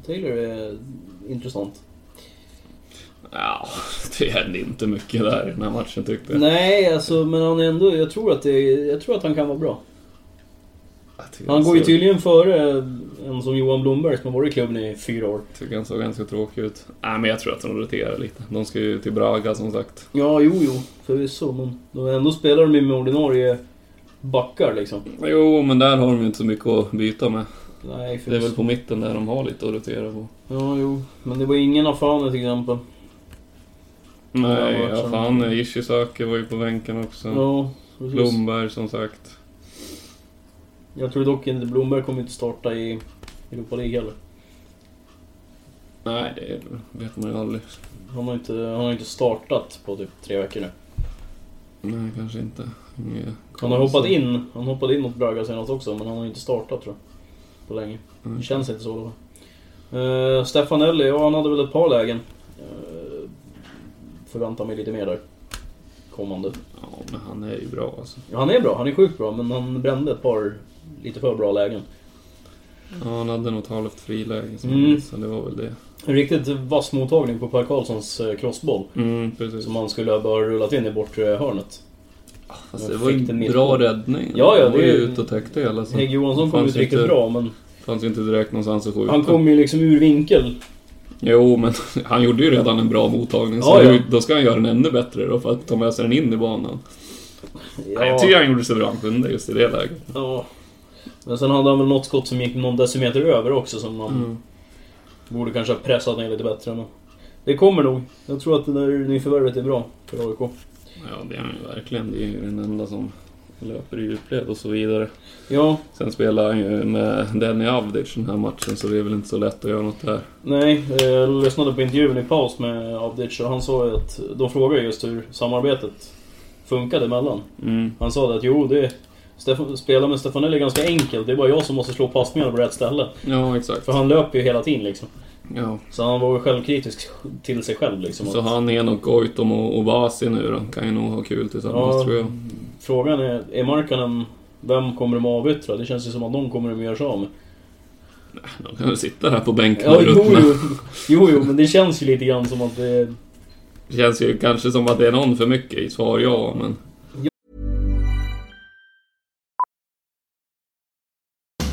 A: Taylor är intressant.
B: Ja, det hände inte mycket där i den här matchen tyckte jag.
A: Nej, alltså, men han är ändå... Jag tror att, det, är- jag tror att han kan vara bra.
B: Jag tycker
A: Han går ju
B: såg-
A: tydligen före en som Johan Blomberg som har varit i klubben i fyra år.
B: Tycker han såg ganska tråkig ut. Nej, men jag tror att de roterar lite. De ska ju till Braga som sagt.
A: Ja, jo, jo. Förvisso. Men de ändå spelar de ju med ordinarie backar liksom.
B: Jo, men där har de ju inte så mycket att byta med.
A: Nej,
B: Det är väl
A: förvisso.
B: på mitten där de har lite att rotera på.
A: Ja, jo. Men det var ingen Afane till exempel.
B: Nej,
A: Ja,
B: ja,
A: som-
B: fan. Ishizaki var ju på bänken också.
A: Ja, precis.
B: Blomberg som sagt.
A: Jag tror dock inte Blomberg kommer inte starta i Europa League heller.
B: Nej, det vet man ju aldrig.
A: Han har inte, han har inte startat på typ tre veckor nu.
B: Nej, kanske inte. Inge
A: Han har hoppat in. Han hoppade in mot Braga senast också, men han har inte startat tror jag. På länge. Det känns inte så i alla fall. Eh, Stefanelli, ja han hade väl ett par lägen. Eh, förväntar mig lite mer där. Kommande.
B: Ja, men han är ju bra alltså.
A: Ja, han är bra, han är sjukt bra, men han brände ett par lite för bra lägen.
B: Ja, han hade något halvt friläge som
A: Mm.
B: han missade, det var väl det.
A: En riktigt vass mottagning på Per Karlssons eh, crossboll.
B: Mm, precis.
A: Som han skulle ha bara rullat in i bortre hörnet.
B: Fast det
A: Jag
B: var ju
A: fick den
B: en
A: mitt
B: bra
A: på.
B: räddning.
A: Ja, ja,
B: han var
A: det
B: ju
A: är-
B: ute och täckte hela. Så
A: Hägg Johansson kom
B: Fanns
A: ut riktigt
B: inte-
A: bra, men
B: fanns ju inte direkt någonstans att skjuta.
A: han kom ju liksom ur vinkel.
B: Jo, men han gjorde ju redan en bra mottagning. Så
A: Ja, ja.
B: nu- då ska han göra den ännu bättre då för att ta med sig den in i banan. Nej, jag tycker
A: Ja,
B: han gjorde så bra han kunde just i det läget.
A: ja. Men sen hade han väl något skott som gick någon decimeter över också som han
B: Mm.
A: Borde kanske ha pressat ner lite bättre men... Det kommer nog. Jag tror att det där nyförvärvet är bra för AIK.
B: Ja, det är han ju verkligen. Det är ju den enda som löper i djupled och så vidare.
A: Ja,
B: Sen spelar han ju med Denny Avdic den här matchen så det är väl inte så lätt att göra något där.
A: nej. eh, Jag lyssnade på intervjun i paus med Avdic och han sa ju att... De frågade just hur samarbetet funkade mellan.
B: Mm.
A: Han sa det att jo, det... Stefan, spela med Stefanelli är ganska enkelt. Det är bara jag som måste slå passningarna på rätt ställe.
B: Ja, exakt.
A: För han löper ju hela tiden liksom.
B: Ja.
A: Så han var ju självkritisk till sig själv liksom.
B: Så
A: Att-
B: han, Henok, Goitom och och Basi nu då kan ju nog ha kul tillsammans
A: Ja.
B: tror jag.
A: Frågan är, är Markkanen... Vem kommer de avyttra? Det känns ju som att någon kommer de göra sig av med.
B: De kan väl sitta där på bänken
A: Ja,
B: och
A: jo,
B: ruttna.
A: jo. jo, jo, men det känns ju lite grann som att det...
B: Det känns ju kanske som att det är någon för mycket i svar ja, men...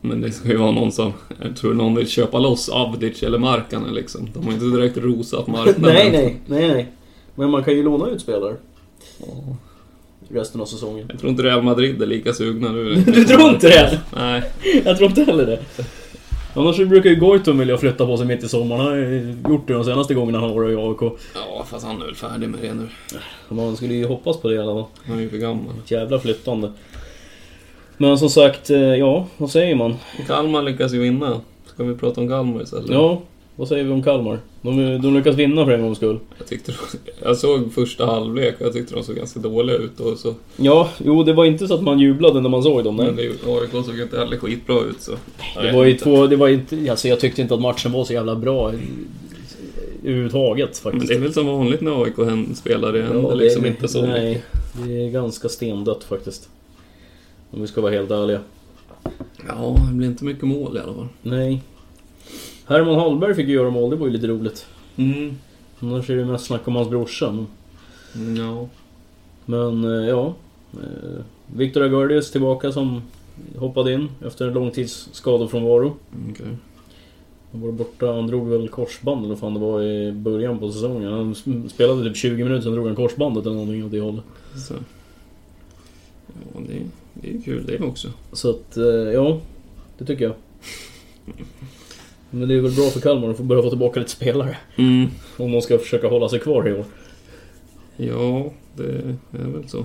B: Men det ska ju vara någon som... Jag tror någon vill köpa loss Avdic eller Markkanen liksom. De har inte direkt rosat marknaden.
A: nej, nej, nej, nej. Men man kan ju låna ut spelare. Resten av säsongen.
B: Jag tror inte Real Madrid är lika sugna nu.
A: Du tror inte det?
B: Nej.
A: Jag tror inte heller det. Annars så brukar ju Goitom vilja flytta på sig mitt i sommaren. Han har ju gjort det de senaste gångerna han har varit i AIK.
B: Ja, fast han är väl färdig med det nu.
A: Man skulle ju hoppas på det i alla fall.
B: Han är ju för gammal.
A: Ett jävla flyttande. Men som sagt, eh, ja, vad säger man?
B: Kalmar lyckas ju vinna. Ska vi prata om Kalmar istället?
A: Ja, vad säger vi om Kalmar? De, eh, de lyckas vinna för en gångs skull.
B: Jag, tyckte de, jag såg första halvlek och jag tyckte de såg ganska dåliga ut och så.
A: Ja, jo, det var inte så att man jublade när man såg dem.
B: Men
A: Nej.
B: det- AIK såg inte heller skitbra ut så.
A: Det var ju två... Det var inte, alltså jag tyckte inte att matchen var så jävla bra. i- i- Överhuvudtaget
B: Men
A: faktiskt.
B: det är väl som vanligt när AIK hän- spelar, det händer
A: Ja,
B: liksom inte så mycket.
A: Mm. Nej, det är ganska stendött faktiskt. Om vi ska vara helt ärliga.
B: Ja, det blir inte mycket mål i alla fall.
A: Nej. Herman Hallberg fick ju göra mål, det var ju lite roligt.
B: Mm.
A: Annars är det mest snack om hans brorsa. men-
B: Ja.
A: Men eh, ja. eh, Victor Agardius tillbaka som hoppade in efter en lång tids skadefrånvaro.
B: Okej.
A: Han var borta, han drog väl korsband eller vad fan det var i början på säsongen. Han sp- spelade typ 20 minuter, sen drog han korsbandet eller någonting åt det hållet.
B: Så. Ja, det, det är ju kul det också.
A: Så att, eh, ja. Det tycker jag. Men det är väl bra för Kalmar att få börja få tillbaka lite spelare.
B: Mm.
A: Om de ska försöka hålla sig kvar i år.
B: Ja, det är väl så.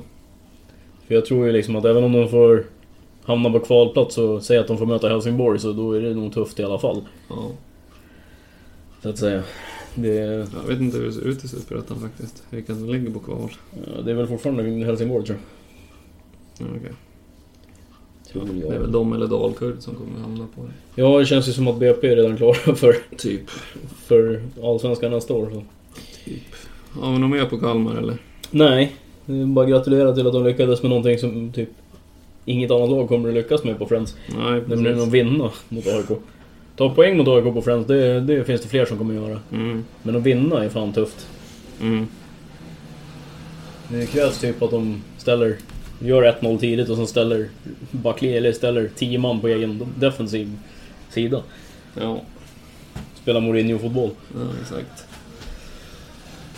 A: För jag tror ju liksom att även om de får hamna på kvalplats och säga att de får möta Helsingborg så då är det nog tufft i alla fall.
B: Ja.
A: Så att säga. Det,
B: Jag vet inte hur det ser ut i Superettan faktiskt. Vilka som ligger på kval.
A: ja, det är väl fortfarande Helsingborg tror jag.
B: Ja, okej.
A: Tror
B: Det är väl de eller Dalkurd som kommer hamna på det.
A: Ja, det känns ju som att BP är redan klara för,
B: Typ.
A: för Allsvenskan nästa år. Så.
B: Ja, men de är på Kalmar eller?
A: Nej, det är bara gratulera till att de lyckades med någonting som typ inget annat lag kommer att lyckas med på Friends.
B: Nej,
A: Nämligen att
B: precis.
A: vinna mot AIK. Ta poäng mot AIK på Friends, det, det finns det fler som kommer göra.
B: Mm.
A: Men att vinna är fan tufft.
B: Mm.
A: Det krävs typ att de ställer... Gör 1-0 tidigt och sen ställer Bakley, eller ställer 10 man på egen defensiv sida.
B: Ja,
A: Spelar Mourinho-fotboll.
B: ja, exakt.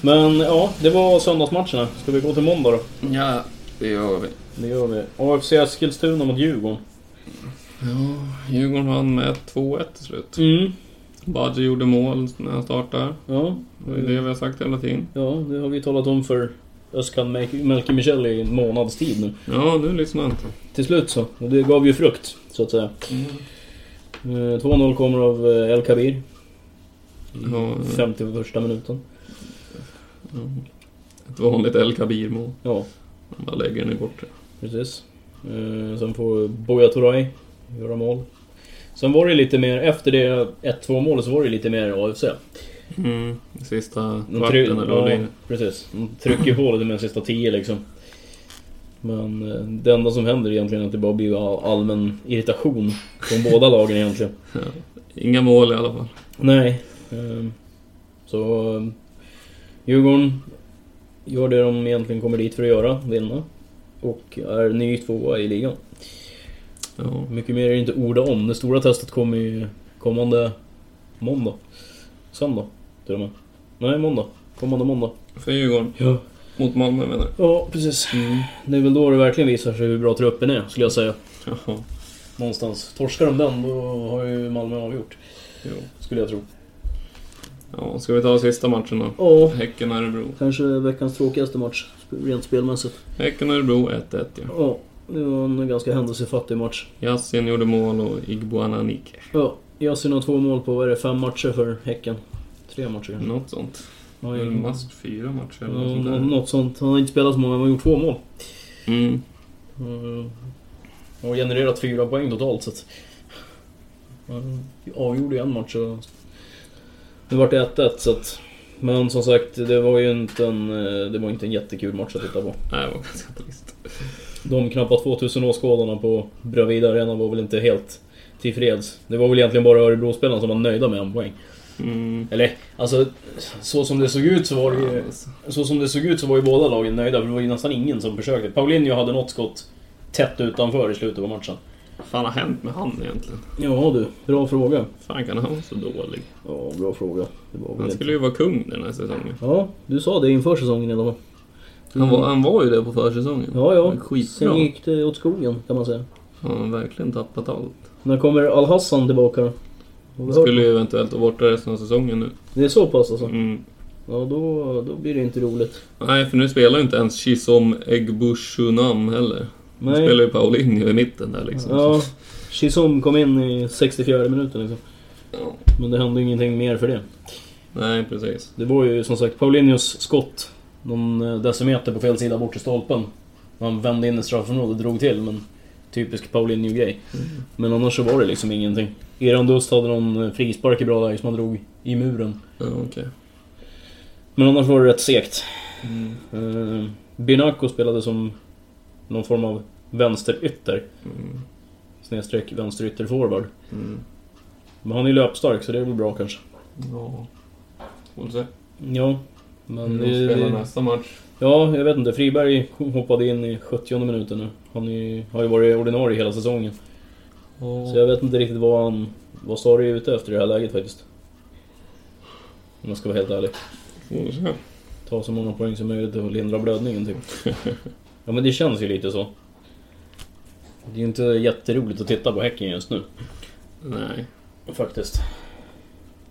A: Men ja, det var söndagsmatcherna. Ska vi gå till måndag då?
B: Ja, det gör vi.
A: Det gör vi. AFC Eskilstuna mot Djurgården.
B: Ja, Djurgården vann med 2-1 till slut.
A: Mm.
B: Badji gjorde mål när han startade.
A: Ja,
B: Det är det vi har sagt hela tiden.
A: ja, det har vi talat om för Özcan Melke Melke Michel i en månads tid nu.
B: Ja, nu lyssnar han inte.
A: Till slut så. Och det gav ju frukt, så att säga. Eh, 2-0 kommer av eh, El Kabir.
B: Ja,
A: 51 minuten.
B: ett vanligt El Kabir-mål.
A: Ja,
B: Han bara lägger den i bortre.
A: Precis. Eh, sen får Boja Toray göra mål. Sen var det lite mer, efter det 1-2 målet så var det lite mer AFC.
B: Mm. Sista
A: De
B: kvarten
A: try-
B: eller vad det
A: ja,
B: är.
A: precis. De trycker på lite med de sista 10 liksom. Men eh, det enda som händer egentligen är att det bara blir all- allmän irritation från båda lagen egentligen.
B: Inga mål i alla fall.
A: Nej. ehm, Så eh, Djurgården gör det de egentligen kommer dit för att göra, vinna. Och är ny tvåa i ligan.
B: Ja,
A: Mycket mer är det inte att orda om. Det stora testet kommer ju Kommande måndag. Söndag till och med. Nej, måndag. Kommande måndag.
B: För Djurgården.
A: Ja.
B: Mot Malmö menar du?
A: Ja, precis. Det är väl då det verkligen visar sig hur bra truppen är, skulle jag säga.
B: Jaha.
A: Någonstans. Torskar de den, då har ju Malmö avgjort.
B: Jo.
A: Skulle jag tro.
B: Ja, ska vi ta sista matchen då?
A: Ja,
B: Häcken-Örebro.
A: kanske veckans tråkigaste match. Rent spelmässigt.
B: Häcken-Örebro 1-1 ja.
A: Ja, det var en ganska händelsefattig match.
B: Yasin gjorde mål och Igboana Nike.
A: Ja, Yasin har två mål på, vad är det, fem matcher för Häcken? Tre matcher kanske?
B: Något sånt.
A: Ja,
B: Eller
A: ja,
B: mest fyra matcher eller något sånt
A: nå-
B: där.
A: något sånt. Han har inte spelat så många, men har gjort två mål.
B: Mm.
A: Mm. Och genererat fyra poäng totalt sett. Han avgjorde ju en match och... Det vart 1-1 så att... Men som sagt, det var ju inte en, eh, det var inte en jättekul match att titta på.
B: Nej, det var ganska trist.
A: De knappa 2000 åskådarna på Bravida Arena var väl inte helt tillfreds. Det var väl egentligen bara Örebro-spelarna som var nöjda med en poäng.
B: Mm.
A: Eller, alltså så som det såg ut så var det ju...
B: alltså.
A: Så som det såg ut så var ju båda lagen nöjda för det var ju nästan ingen som försökte. Paulinho hade något skott tätt utanför i slutet av matchen.
B: Vad fan har hänt med han egentligen?
A: Ja du, bra fråga.
B: fan kan han vara så dålig?
A: Ja, bra fråga. Det var väl
B: Han
A: inte-
B: skulle ju vara kung den här säsongen.
A: Ja, du sa det inför säsongen i alla fall.
B: Han var, han var ju det på försäsongen.
A: Ja,
B: Men
A: ja.
B: Skitbra.
A: Sen gick det åt skogen kan man säga.
B: Han har verkligen tappat allt.
A: När kommer Al-Hassan tillbaka då? Har vi hört?
B: Skulle ju eventuellt vara borta resten av säsongen nu.
A: Det är så pass alltså?
B: Mm.
A: Ja, då, då blir det inte roligt.
B: Nej, för nu spelar ju inte ens Chisom Egbushunam heller. Han
A: Nej.
B: spelar ju Paulinho i mitten där liksom.
A: Ja, Chisom kom in i 64 minuten liksom.
B: Ja.
A: Men det hände ingenting mer för det.
B: Nej, precis.
A: Det var ju som sagt Paulinhos skott någon eh, decimeter på fel sida bort till stolpen. Han vände in i straffområdet och drog till, men typisk Paulinho-grej. Men annars så var det liksom ingenting. Eran Dust hade någon eh, frispark i bra läge som han drog i muren.
B: Ja, okej.
A: Men annars var det rätt segt. Eh, Binaco spelade som någon form av vänsterytter. Snedstreck vänsterytterforward. Men han är löpstark så det är väl bra kanske.
B: Ja. Får se.
A: Ja, men...
B: Mm, De
A: det-
B: spelar
A: det-
B: nästa match.
A: Ja, jag vet inte. Friberg hoppade in i 70 minuten nu. Han är, ju- har ju varit ordinarie hela säsongen.
B: Mm.
A: Så jag vet inte riktigt vad han... Vad Sarri är ute efter i det här läget faktiskt. Om jag ska vara helt ärlig.
B: Får se.
A: Ta så många poäng som möjligt och lindra blödningen typ. Ja men det känns ju lite så. Det är ju inte jätteroligt att titta på Häcken just nu.
B: Nej.
A: Faktiskt.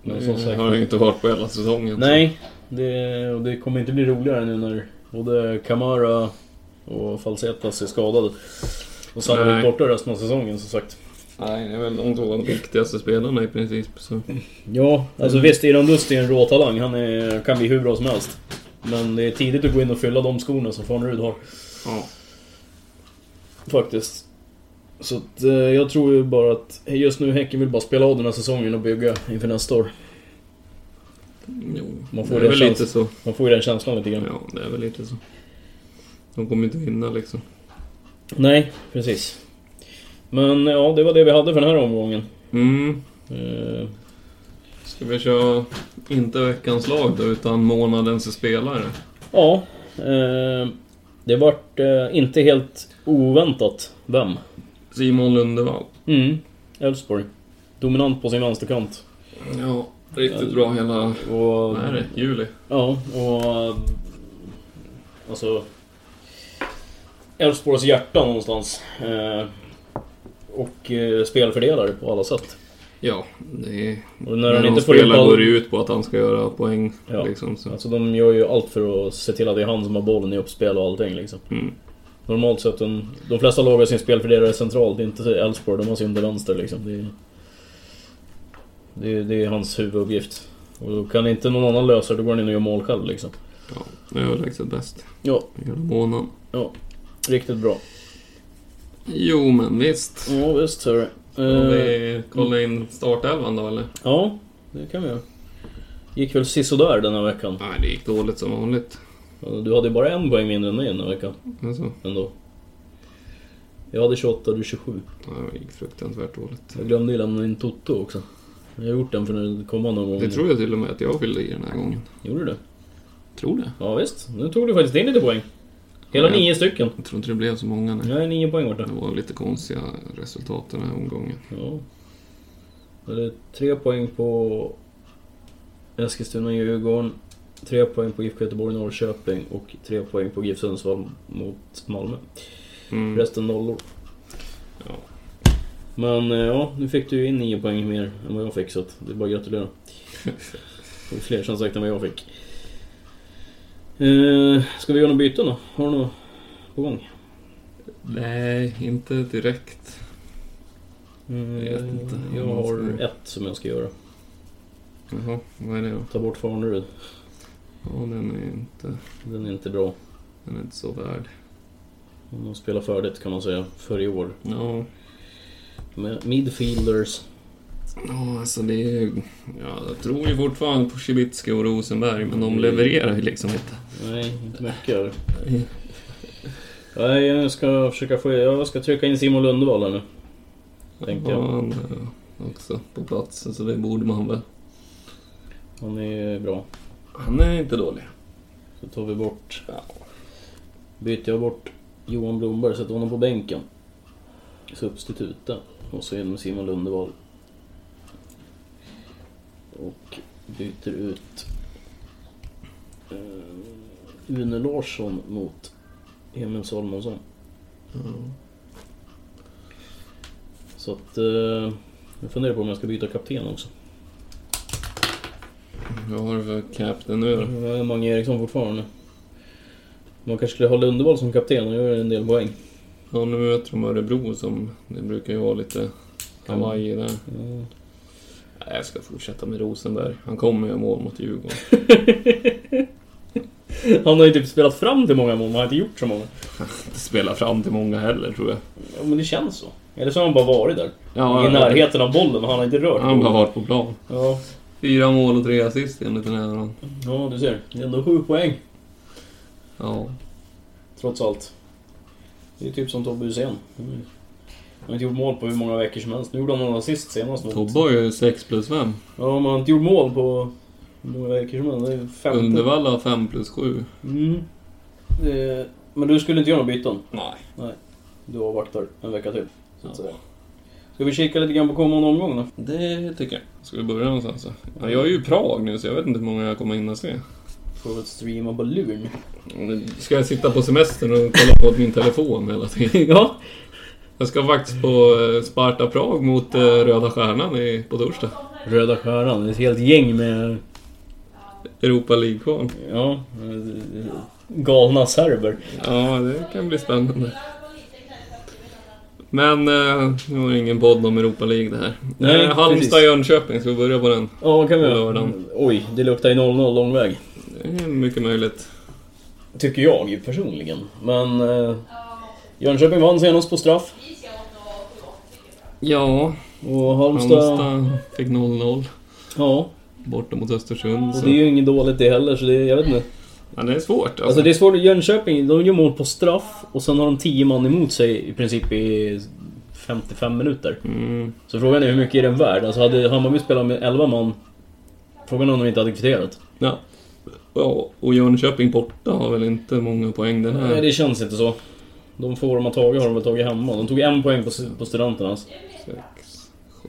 A: Men som
B: Det
A: sagt.
B: har ju inte varit på hela säsongen. så-
A: Nej, det, och det kommer inte bli roligare nu när både Kamara och Falsetas är skadade. Och
B: Nej.
A: sannolikt borta resten av säsongen som sagt.
B: Nej, det är väl de två viktigaste spelarna i princip. Så.
A: Ja, alltså visst, Iran Dust är en råtalang. Han är, kan bli hur bra som helst. Men det är tidigt att gå in och fylla de skorna som Farnerud har.
B: Ja.
A: Faktiskt. Så att, eh, jag tror ju bara att eh, just nu Häcken vill bara spela av den här säsongen och bygga inför nästa år.
B: Jo,
A: Man
B: Man
A: får
B: får det
A: den
B: är väl
A: känslan.
B: lite så.
A: Man får ju den känslan lite grann.
B: Ja, det är väl lite så. De kommer inte vinna liksom.
A: Nej, precis. Men eh, ja, det var det vi hade för den här omgången.
B: Mm.
A: Eh,
B: Ska vi köra, inte veckans lag då, utan månadens spelare?
A: Ja, eh, det vart eh, inte helt oväntat vem.
B: Simon Lundevall.
A: Mm, Elfsborg. Dominant på sin vänsterkant.
B: Ja, riktigt bra hela...
A: Och,
B: Vad är det? Juli?
A: Ja, och... eh, Alltså... Elfsborgs hjärta någonstans. Eh, och eh, spelfördelare på alla sätt.
B: Ja, det är...
A: Och när
B: När
A: han
B: han
A: inte får in
B: spelar går det
A: bollen...
B: ut på att han ska göra poäng.
A: Ja.
B: Liksom, så.
A: Alltså de gör ju allt för att se till att det är han som har bollen i uppspel och allting liksom.
B: Mm.
A: Normalt sett, en, de flesta lag har sin spelfördelare centralt, det är inte Elfsborg, de har sin till vänster liksom. Det är, det, är, det är hans huvuduppgift. Och då kan inte någon annan lösa det, då går han in och gör mål själv liksom.
B: Ja, det är överlägset bäst.
A: Ja,
B: Hela månaden.
A: ja. Riktigt bra.
B: Jo, men visst.
A: Ja, visst hörru.
B: Om
A: Eh,
B: vi kollar in startelvan då eller?
A: ja, det kan vi göra. Gick väl sisådär den här veckan. Eh,
B: Nej, det gick dåligt som vanligt.
A: Du hade ju bara en poäng mindre än mig den här veckan,
B: Alltså,
A: ändå. Jag hade 28 och du 27.
B: ja, det gick fruktansvärt dåligt.
A: Jag glömde ju lämna in Toto också. Jag har gjort den för att komma någon gång.
B: Det tror jag till och med att jag fyllde i den här gången.
A: Gjorde du det?
B: Tror det.
A: Ja visst, nu tog du faktiskt in lite poäng. Hela
B: Ja.
A: nio stycken.
B: Jag tror inte det blev så många. Nej.
A: Nej, nio poäng vart det.
B: Det var lite konstiga resultat den här omgången.
A: Ja. Det är tre poäng på Eskilstuna-Djurgården. Tre poäng på IFK Göteborg-Norrköping och tre poäng på GIF Sundsvall mot Malmö.
B: Mm.
A: Resten nollor.
B: Ja.
A: Men eh, ja, nu fick du ju in nio poäng mer än vad jag fick så att det är bara att gratulera. Det är fler som sagt än vad jag fick. Eh, ska vi göra något byte då? Har du något på gång?
B: Nej, inte direkt. Jag vet inte.
A: Eh, Jag har ett som jag ska göra.
B: Jaha, vad är det då?
A: Ta bort Farnerud.
B: Ja, den är inte,
A: Den är inte bra.
B: den är inte så värd.
A: Om de spelar färdigt kan man säga, för i år.
B: Ja,
A: Med midfielders.
B: ja alltså det är ju... Ja, jag tror ju fortfarande på Cibicki och Rosenberg, men de levererar ju liksom inte.
A: Nej, inte mycket. är det. Nej, jag ska försöka få... Jag ska trycka in Simon Lundevall här nu. Tänker
B: Ja,
A: jag.
B: han är också på plats, så det borde man väl.
A: Han är bra.
B: Han är inte dålig.
A: Så tar vi bort... Byter jag bort Johan Blomberg, sätter honom på bänken. Substituten. Och så in med Simon Lundevall. Och byter ut... Eh, Une Larsson mot Emil Salomonsson. Så att... Eh, jag funderar på om jag ska byta kapten också.
B: Vad har du för captain nu då?
A: Jag är Mange Eriksson fortfarande. Man kanske skulle ha Lundevall som kapten, och gör en del poäng.
B: Ja, nu möter de Örebro som... Det brukar ju vara lite kavaj där.
A: Ja.
B: Nej, jag ska fortsätta med Rosenberg. Han kommer göra mål mot Djurgården.
A: Han har ju typ spelat fram till många mål, men han har inte gjort så många.
B: Inte spela fram till många heller, tror jag.
A: Ja, men det känns så. Eller så har han bara varit där.
B: Ja,
A: I närheten av bollen, men han har inte rört
B: Han har
A: bollen.
B: varit på plan.
A: Ja.
B: Fyra mål och tre assist enligt den här. då.
A: ja, du ser. Det är ändå sju poäng,
B: Ja.
A: trots allt. Det är typ som Tobbe Hysén. Han har inte gjort mål på hur många veckor som helst. Nu gjorde han några assist senast. mot-
B: Tobbe har ju 6 plus 5.
A: Ja, men han har inte gjort mål på hur många veckor som helst. Det är femte.
B: Undervalla har 5 plus 7.
A: Mm. Eh, Men du skulle inte göra några byten?
B: Nej.
A: Du har varit där en vecka till. Så att
B: Ja.
A: säga. Ska vi kika lite grann på kommande omgång då?
B: Det tycker jag. Ska vi börja någonstans då? Ja, jag är ju i Prag nu så jag vet inte hur många jag kommer hinna se.
A: Får väl streama på luren.
B: Ska jag sitta på semestern och kolla på min telefon hela tiden?
A: Ja.
B: Jag ska faktiskt på eh, Sparta Prag mot eh, Röda Stjärnan i, på torsdag.
A: Röda Stjärnan, det är ett helt gäng med
B: Europa League-kval.
A: ja, eh, galna serber.
B: Ja, det kan bli spännande. Men eh, nu var det ingen podd om Europa League det här.
A: Nej,
B: Eh, Halmstad
A: precis.
B: Jönköping, ska vi börja på den?
A: Ja, vad kan vi göra?
B: Lördagen.
A: Oj, det luktar ju 0-0 lång väg.
B: Det är mycket möjligt.
A: Tycker jag ju personligen. Men eh, Jönköping vann senast på straff.
B: Ja,
A: Och Halmstad...
B: Halmstad fick 0-0
A: Ja.
B: borta mot Östersund.
A: Och
B: Så.
A: det är ju inget dåligt det heller, så det, jag vet inte.
B: Ja, det är svårt.
A: Alltså
B: Alltså,
A: det är svårt. Jönköping, de gör mål på straff och sen har de 10 man emot sig i princip i 55 minuter.
B: mm,
A: Så frågan är hur mycket är den värd? Alltså hade Hammarby spelat med 11 man, frågan är om de inte hade kvitterat.
B: ja. Ja, och Jönköping borta har väl inte många poäng den
A: Nej,
B: här.
A: det känns inte så. De få de har tagit har de väl tagit hemma. De tog en poäng på, på studenternas.
B: Sex, sju.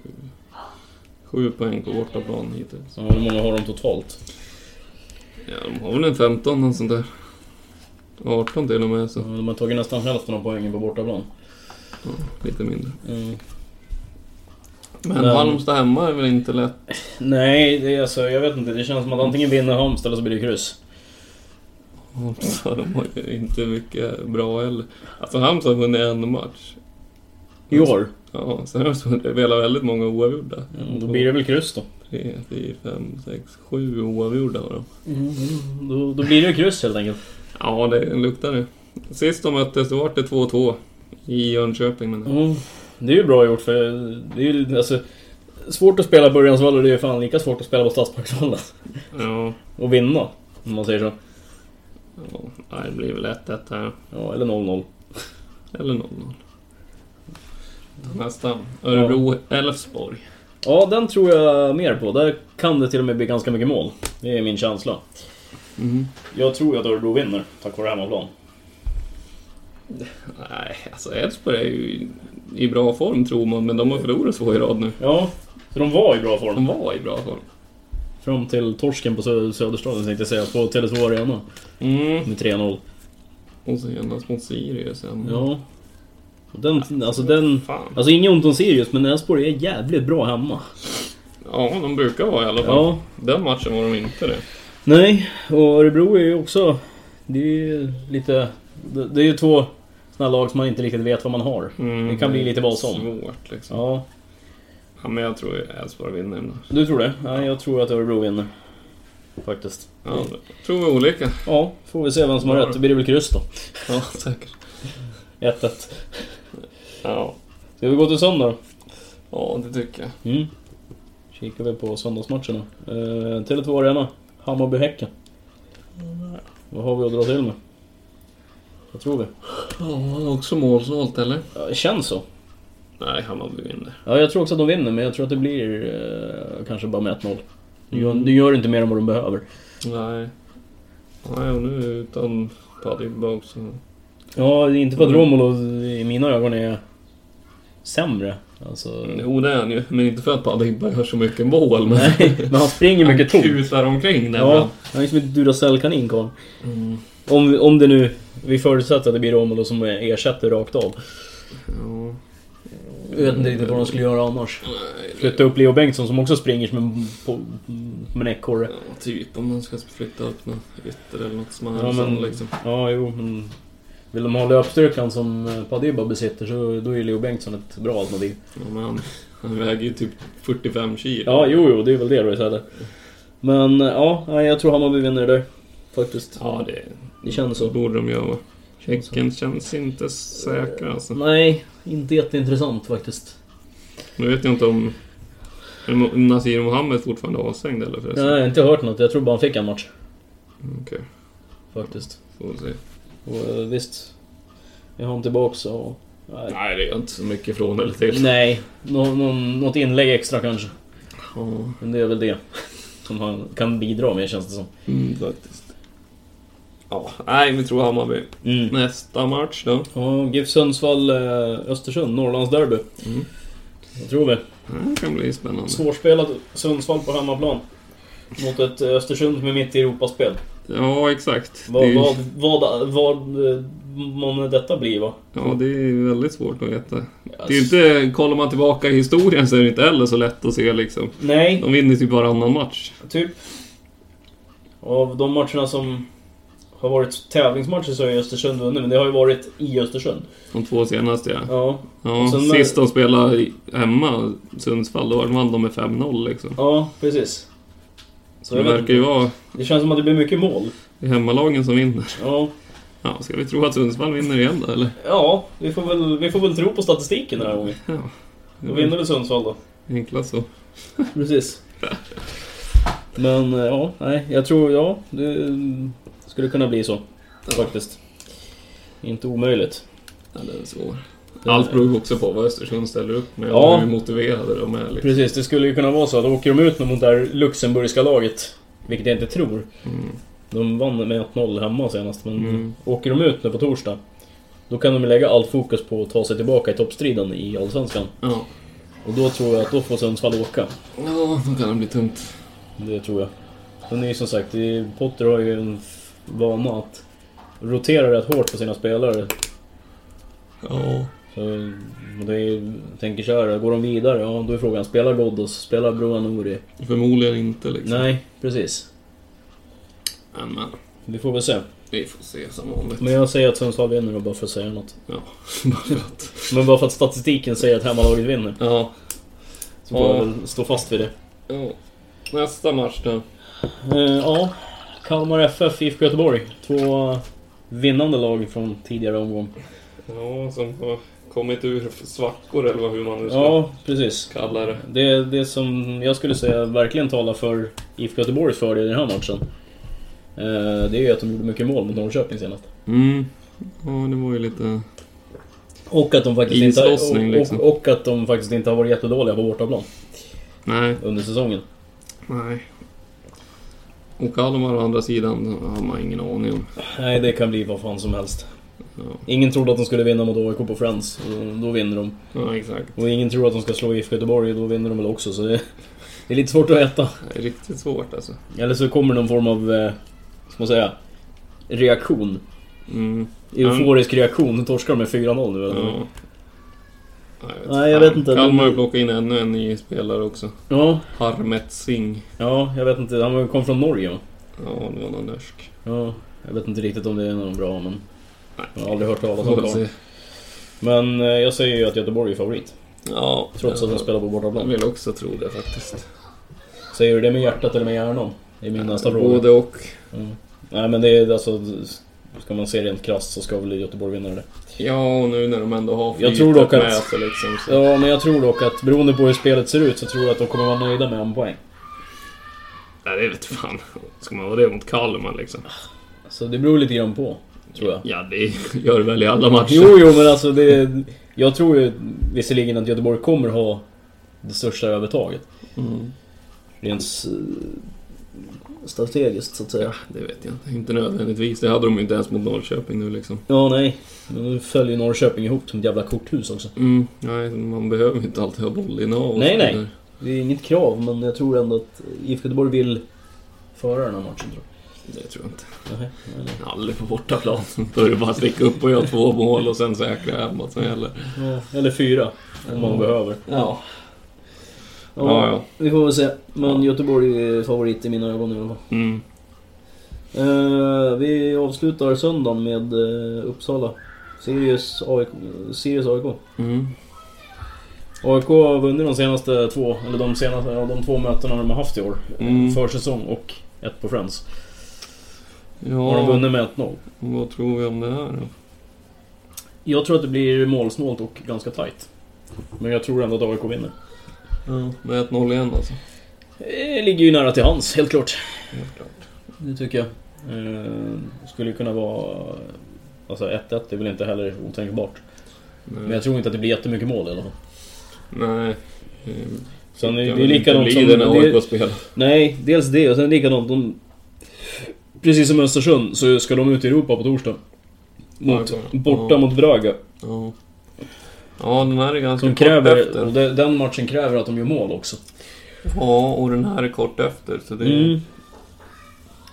B: Sju poäng på bortaplan hittills.
A: Ja, hur många har de totalt?
B: Ja, de har väl en 15 och sånt där. 18 till och med,
A: Ja,
B: så
A: De har tagit nästan hälften av poängen på bortaplan.
B: lite mindre.
A: Mm.
B: Men,
A: Men-
B: Halmstad hemma är väl inte lätt.
A: Nej, det är alltså, jag vet inte. Det känns som att antingen vinner Halmstad eller så blir det kryss.
B: Halmstad, Alltså, de har ju inte mycket bra heller. Alltså Halmstad har vunnit en match.
A: I år?
B: Ja, sen har de spelat väldigt många oavgjorda.
A: Mm, då blir det väl kryss då.
B: Tre, fyra, fem, sex, sju oavgjorda har de.
A: Då, då blir det ju kryss helt enkelt.
B: Ja, det luktar det. Sist de möttes, då var det 2-2. I Jönköping, men...
A: Mm. Det är ju bra gjort för det är ju alltså... Svårt att spela Börjansvallen, det är ju fan lika svårt att spela på Stadsparksvallen.
B: Ja,
A: Och vinna, om man säger så.
B: ja nej, det blir väl 1-1 här.
A: Ja, eller 0-0.
B: Eller 0-0. Nästa. Örebro-Elfsborg.
A: Ja, den tror jag mer på. Där kan det till och med bli ganska mycket mål. Det är min känsla. Jag tror ju att Örebro vinner, tack vare hemmaplan.
B: Nej, alltså Elfsborg är ju i bra form tror man, men de har förlorat två i rad nu.
A: Ja, Så de var i bra form.
B: De var i bra form.
A: Fram till torsken på Sö- Söderstaden tänkte jag säga, på Tele2 Arena
B: Mm.
A: med 3-0.
B: Och så genast mot Sirius. igen.
A: Ja. Och Den, alltså den...
B: Fan.
A: Alltså inget ont om Sirius, men Elfsborg är jävligt bra hemma.
B: Ja, de brukar vara i alla fall.
A: Ja.
B: Den matchen var de inte det.
A: Nej, och Örebro är ju också... Det är ju lite... Det, det är ju två sådana lag som man inte riktigt vet vad man har.
B: Mm.
A: det kan bli lite vad som.
B: Svårt liksom. Ja.
A: Ja,
B: men jag tror ju Elfsborg vinner den. här.
A: du tror det? Nej, jag tror att Örebro vinner. Faktiskt.
B: Ja, det tror vi är olika.
A: Ja, får vi se vem som har rätt. Då blir det väl kryss då.
B: Ja, säkert.
A: 1-1.
B: Ja.
A: Ska vi gå till söndag då?
B: ja, det tycker jag.
A: Mm. Kikar vi på söndagsmatcherna. Eh, Tele2 Arena. Hammarby-Häcken. Vad har vi att dra till med? Vad tror vi?
B: Ja, också målsnålt eller?
A: Ja, det känns så.
B: Nej, Hammarby vinner.
A: Ja, jag tror också att de vinner, men jag tror att det blir eh, kanske bara med 1-0. Du gör, du gör inte mer än vad de behöver.
B: Nej. Nej, och nu utan Padibba också.
A: Ja, det är inte för att Romulo i mina ögon är sämre. Alltså,
B: Jo, det är han ju. Men inte för att Padibba gör så mycket mål. Men
A: nej, men han springer mycket
B: han
A: tomt.
B: kutar omkring där.
A: Ja, han är liksom ett Duracell-kanin, karln. Mm. Om, om det nu... Vi förutsätter att det blir Romulo som ersätter rakt av.
B: Ja.
A: Jag vet inte riktigt vad de skulle göra annars. Flytta upp Leo Bengtsson som också springer som en, på, som en ekorre.
B: Ja, typ om man ska flytta upp någon ytter eller något som
A: Ja,
B: ja,
A: men,
B: liksom.
A: ja, jo, men... Vill de ha löpstyrkan som eh, Padiba besitter så då är Leo Bengtsson ett bra alternativ.
B: Ja, men han, han väger ju typ 45 kilo.
A: Ja, jo, jo, det är väl det då istället. Men eh, ja, nej, jag tror Hammarby vinner det där. Faktiskt.
B: Ja, det,
A: Det känns så.
B: borde de göra. Häcken känns inte säkra alltså.
A: Nej, inte jätteintressant faktiskt.
B: Nu vet jag inte om... är Mo- Nasir Mohammed fortfarande avstängd eller förresten?
A: Nej, jag har inte hört något. Jag tror bara han fick en match.
B: Okej,
A: Faktiskt.
B: får vi se.
A: Och eh, visst, är han tillbaka så... Nej.
B: Nej, det är inte så mycket från eller till.
A: Nej, nå, nå, något inlägg extra kanske.
B: Ja,
A: Men det är väl det som han kan bidra med känns det som.
B: mm, faktiskt. Ja, nej, vi tror Hammarby.
A: Mm.
B: Nästa match då?
A: Ja, GIF Sundsvall, eh, Östersund, Norrlandsderby.
B: Mm.
A: Vad tror vi?
B: Det kan bli spännande.
A: Svårspelat Sundsvall på hemmaplan. Mot ett eh, Östersund som är mitt i Europaspel.
B: Ja, exakt. Det
A: Vad,
B: är-
A: vad, vad, vad eh, månne detta blir va?
B: Ja, det är väldigt svårt att veta. Det är ju
A: Yes.
B: inte, kollar man tillbaka i historien så är det inte heller så lätt att se liksom.
A: Nej,
B: De vinner typ varannan match.
A: typ. Av de matcherna som har varit tävlingsmatcher så har ju Östersund vunnit, men det har ju varit i Östersund.
B: De två senaste ja.
A: Ja,
B: ja
A: Och sen-
B: sist de spelade i- hemma, Sundsvall, då vann de med 5-0 liksom.
A: ja precis.
B: Så
A: jag
B: det
A: vet
B: verkar ju vara
A: Det känns som att det blir mycket mål.
B: hemmalagen som vinner.
A: Ja,
B: Ja, ska vi tro att Sundsvall vinner igen då eller?
A: ja vi, får väl, vi får väl tro på statistiken den här gången.
B: Ja.
A: Då vinner väl Sundsvall då.
B: Enklast så.
A: Precis. Men eh, ja, nej, jag tror ja, det skulle kunna bli så. Faktiskt. Inte omöjligt.
B: Ja, det är svår. Allt beror ju också på vad Östersund ställer upp med
A: Ja.
B: och hur motiverade de är. Liksom.
A: Precis, det skulle ju kunna vara så. Då åker de ut mot det där Luxemburgska laget. Vilket jag inte tror. De vann med 1-0 hemma senast, men
B: Mm.
A: åker de ut nu på torsdag. Då kan de ju lägga all fokus på att ta sig tillbaka i toppstriden i Allsvenskan.
B: Ja.
A: Och då tror jag att då får Sundsvall åka.
B: ja, då kan det bli tungt.
A: Det tror jag. Men det är ju som sagt, det är- Potter har ju en f- vana att rotera rätt hårt på sina spelare.
B: Ja.
A: Så det är, ju- jag tänker så här, går de vidare, ja då är frågan, spelar Ghoddos, spelar Broanori?
B: Förmodligen inte liksom.
A: Nej, precis.
B: Men, men.
A: Vi får väl se.
B: Vi får se som vanligt.
A: Men jag säger att Sundsvall vinner då, bara för att säga något.
B: Ja, bara för att.
A: Men bara för att statistiken säger att hemmalaget vinner.
B: Ja.
A: Så får jag
B: Ja.
A: väl stå fast vid det.
B: ja. Nästa match då.
A: Eh, ja, Kalmar FF, IFK Göteborg. Två vinnande lag från tidigare omgång.
B: Ja, som har kommit ur svackor eller vad- hur man nu ska
A: Ja, precis.
B: kalla det.
A: Det, det som jag skulle säga verkligen talar för IFK Göteborgs fördel i den här matchen. eh, Det är ju att de gjorde mycket mål mot Norrköping senast.
B: Mm. Ja, det var ju lite...
A: Och att de faktiskt, inte,
B: Islossning,
A: och,
B: liksom.
A: och, och att de faktiskt inte har varit jättedåliga på bortaplan
B: Nej,
A: under säsongen.
B: nej. Och Kalmar å andra sidan har man ingen aning om.
A: Nej, det kan bli vad fan som helst. Ingen trodde att de skulle vinna mot AIK på Friends, och då vinner de.
B: Ja, exakt.
A: Och ingen tror att de ska slå IFK Göteborg, och då vinner de väl också. Så det, det är lite svårt att äta.
B: Det är riktigt svårt alltså.
A: Eller så kommer någon form av, eh, ska man säga, reaktion.
B: Mm.
A: Euforisk reaktion. Nu torskar de med 4-0 nu eller?
B: Ja. Nej,
A: Nej, jag vet inte.
B: Kalmar har ju plockat in ännu en ny spelare också.
A: Ja,
B: Harmet Singh.
A: ja, jag vet inte. Han var- kom från Norge va?
B: Ja, det var någon norsk.
A: Ja, jag vet inte riktigt om det är någon bra men...
B: Nej.
A: Jag har aldrig hört talas om
B: Får väl
A: det.
B: se.
A: Men eh, jag säger ju att Göteborg är favorit.
B: Ja,
A: Trots att de
B: jag-
A: spelar på
B: Jag
A: bortaplan.
B: vill också tro det faktiskt.
A: Säger du det med hjärtat eller med hjärnan? Det är min nästa fråga.
B: Eh, Både och.
A: Nej men det är alltså... Ska man se rent krasst så ska väl Göteborg vinna det.
B: Ja, och nu när de ändå har
A: Jag tror dock
B: flytet
A: att-
B: med sig liksom. Så.
A: Ja men jag tror dock att beroende på hur spelet ser ut så tror jag att de kommer vara nöjda med en poäng.
B: Nej, det vet fan. Ska man vara det mot Kalmar liksom?
A: Ah. Så det beror lite grann på. Tror jag.
B: Ja, det gör det väl i alla matcher.
A: Jo, jo, men alltså det... Jag tror ju visserligen att Göteborg kommer ha det största övertaget.
B: Mm.
A: Rent s- strategiskt, så att säga.
B: Ah, Det vet jag inte. Inte nödvändigtvis. Det hade de ju inte ens mot Norrköping nu liksom.
A: Ja, nej. Men nu följer Norrköping ihop som ett jävla korthus också.
B: Mm, nej, man behöver ju inte alltid ha bollinnehav. och
A: Nej,
B: så
A: nej.
B: vidare.
A: Det är inget krav, men jag tror ändå att IFK Göteborg vill föra den här matchen, tror
B: Det tror jag inte.
A: jag. Nej, nej, nej.
B: Aldrig på bortaplan. Då är det bara att sticka upp och göra två mål och sen säkra hem vad som gäller.
A: Ja, Eller fyra, om man behöver.
B: Ja. Ja, ja.
A: Vi får väl se. Men Göteborg är favorit i mina ögon i alla fall.
B: Mm.
A: Eh, vi avslutar söndagen med eh, Uppsala. Sirius AIK. Sirius AIK.
B: Mm.
A: AIK har vunnit de senaste två, eller de senaste, ja, de två mötena de har haft i år.
B: Mm.
A: Försäsong och ett på Friends. Har de
B: Ja,
A: vunnit med 1-0.
B: vad tror vi om det här då?
A: Jag tror att det blir målsnålt och ganska tight. Men jag tror ändå att AIK vinner.
B: Ja. Med 1-0 igen alltså.
A: Det Eh, ligger ju nära till hands, helt klart.
B: Helt klart.
A: Det tycker jag. Eh, skulle kunna vara... Alltså 1-1 är väl inte heller otänkbart. Men
B: Nej.
A: jag tror inte att det blir jättemycket mål i alla fall.
B: nej. Ehm,
A: Sen är
B: jag
A: det är
B: vill inte
A: likadant
B: bli
A: som...
B: det när
A: det-
B: AIK spelar.
A: Nej, dels det och sen likadant de... Precis som Östersund så ska de ut i Europa på torsdag. Mot,
B: Ja, det är klart.
A: borta
B: Ja.
A: mot Braga.
B: Ja. ja, den här är ganska
A: Som
B: kort
A: kräver, och
B: efter.
A: de- den matchen kräver att de gör mål också.
B: Ja, och den här är kort efter. Så det är...
A: Mm.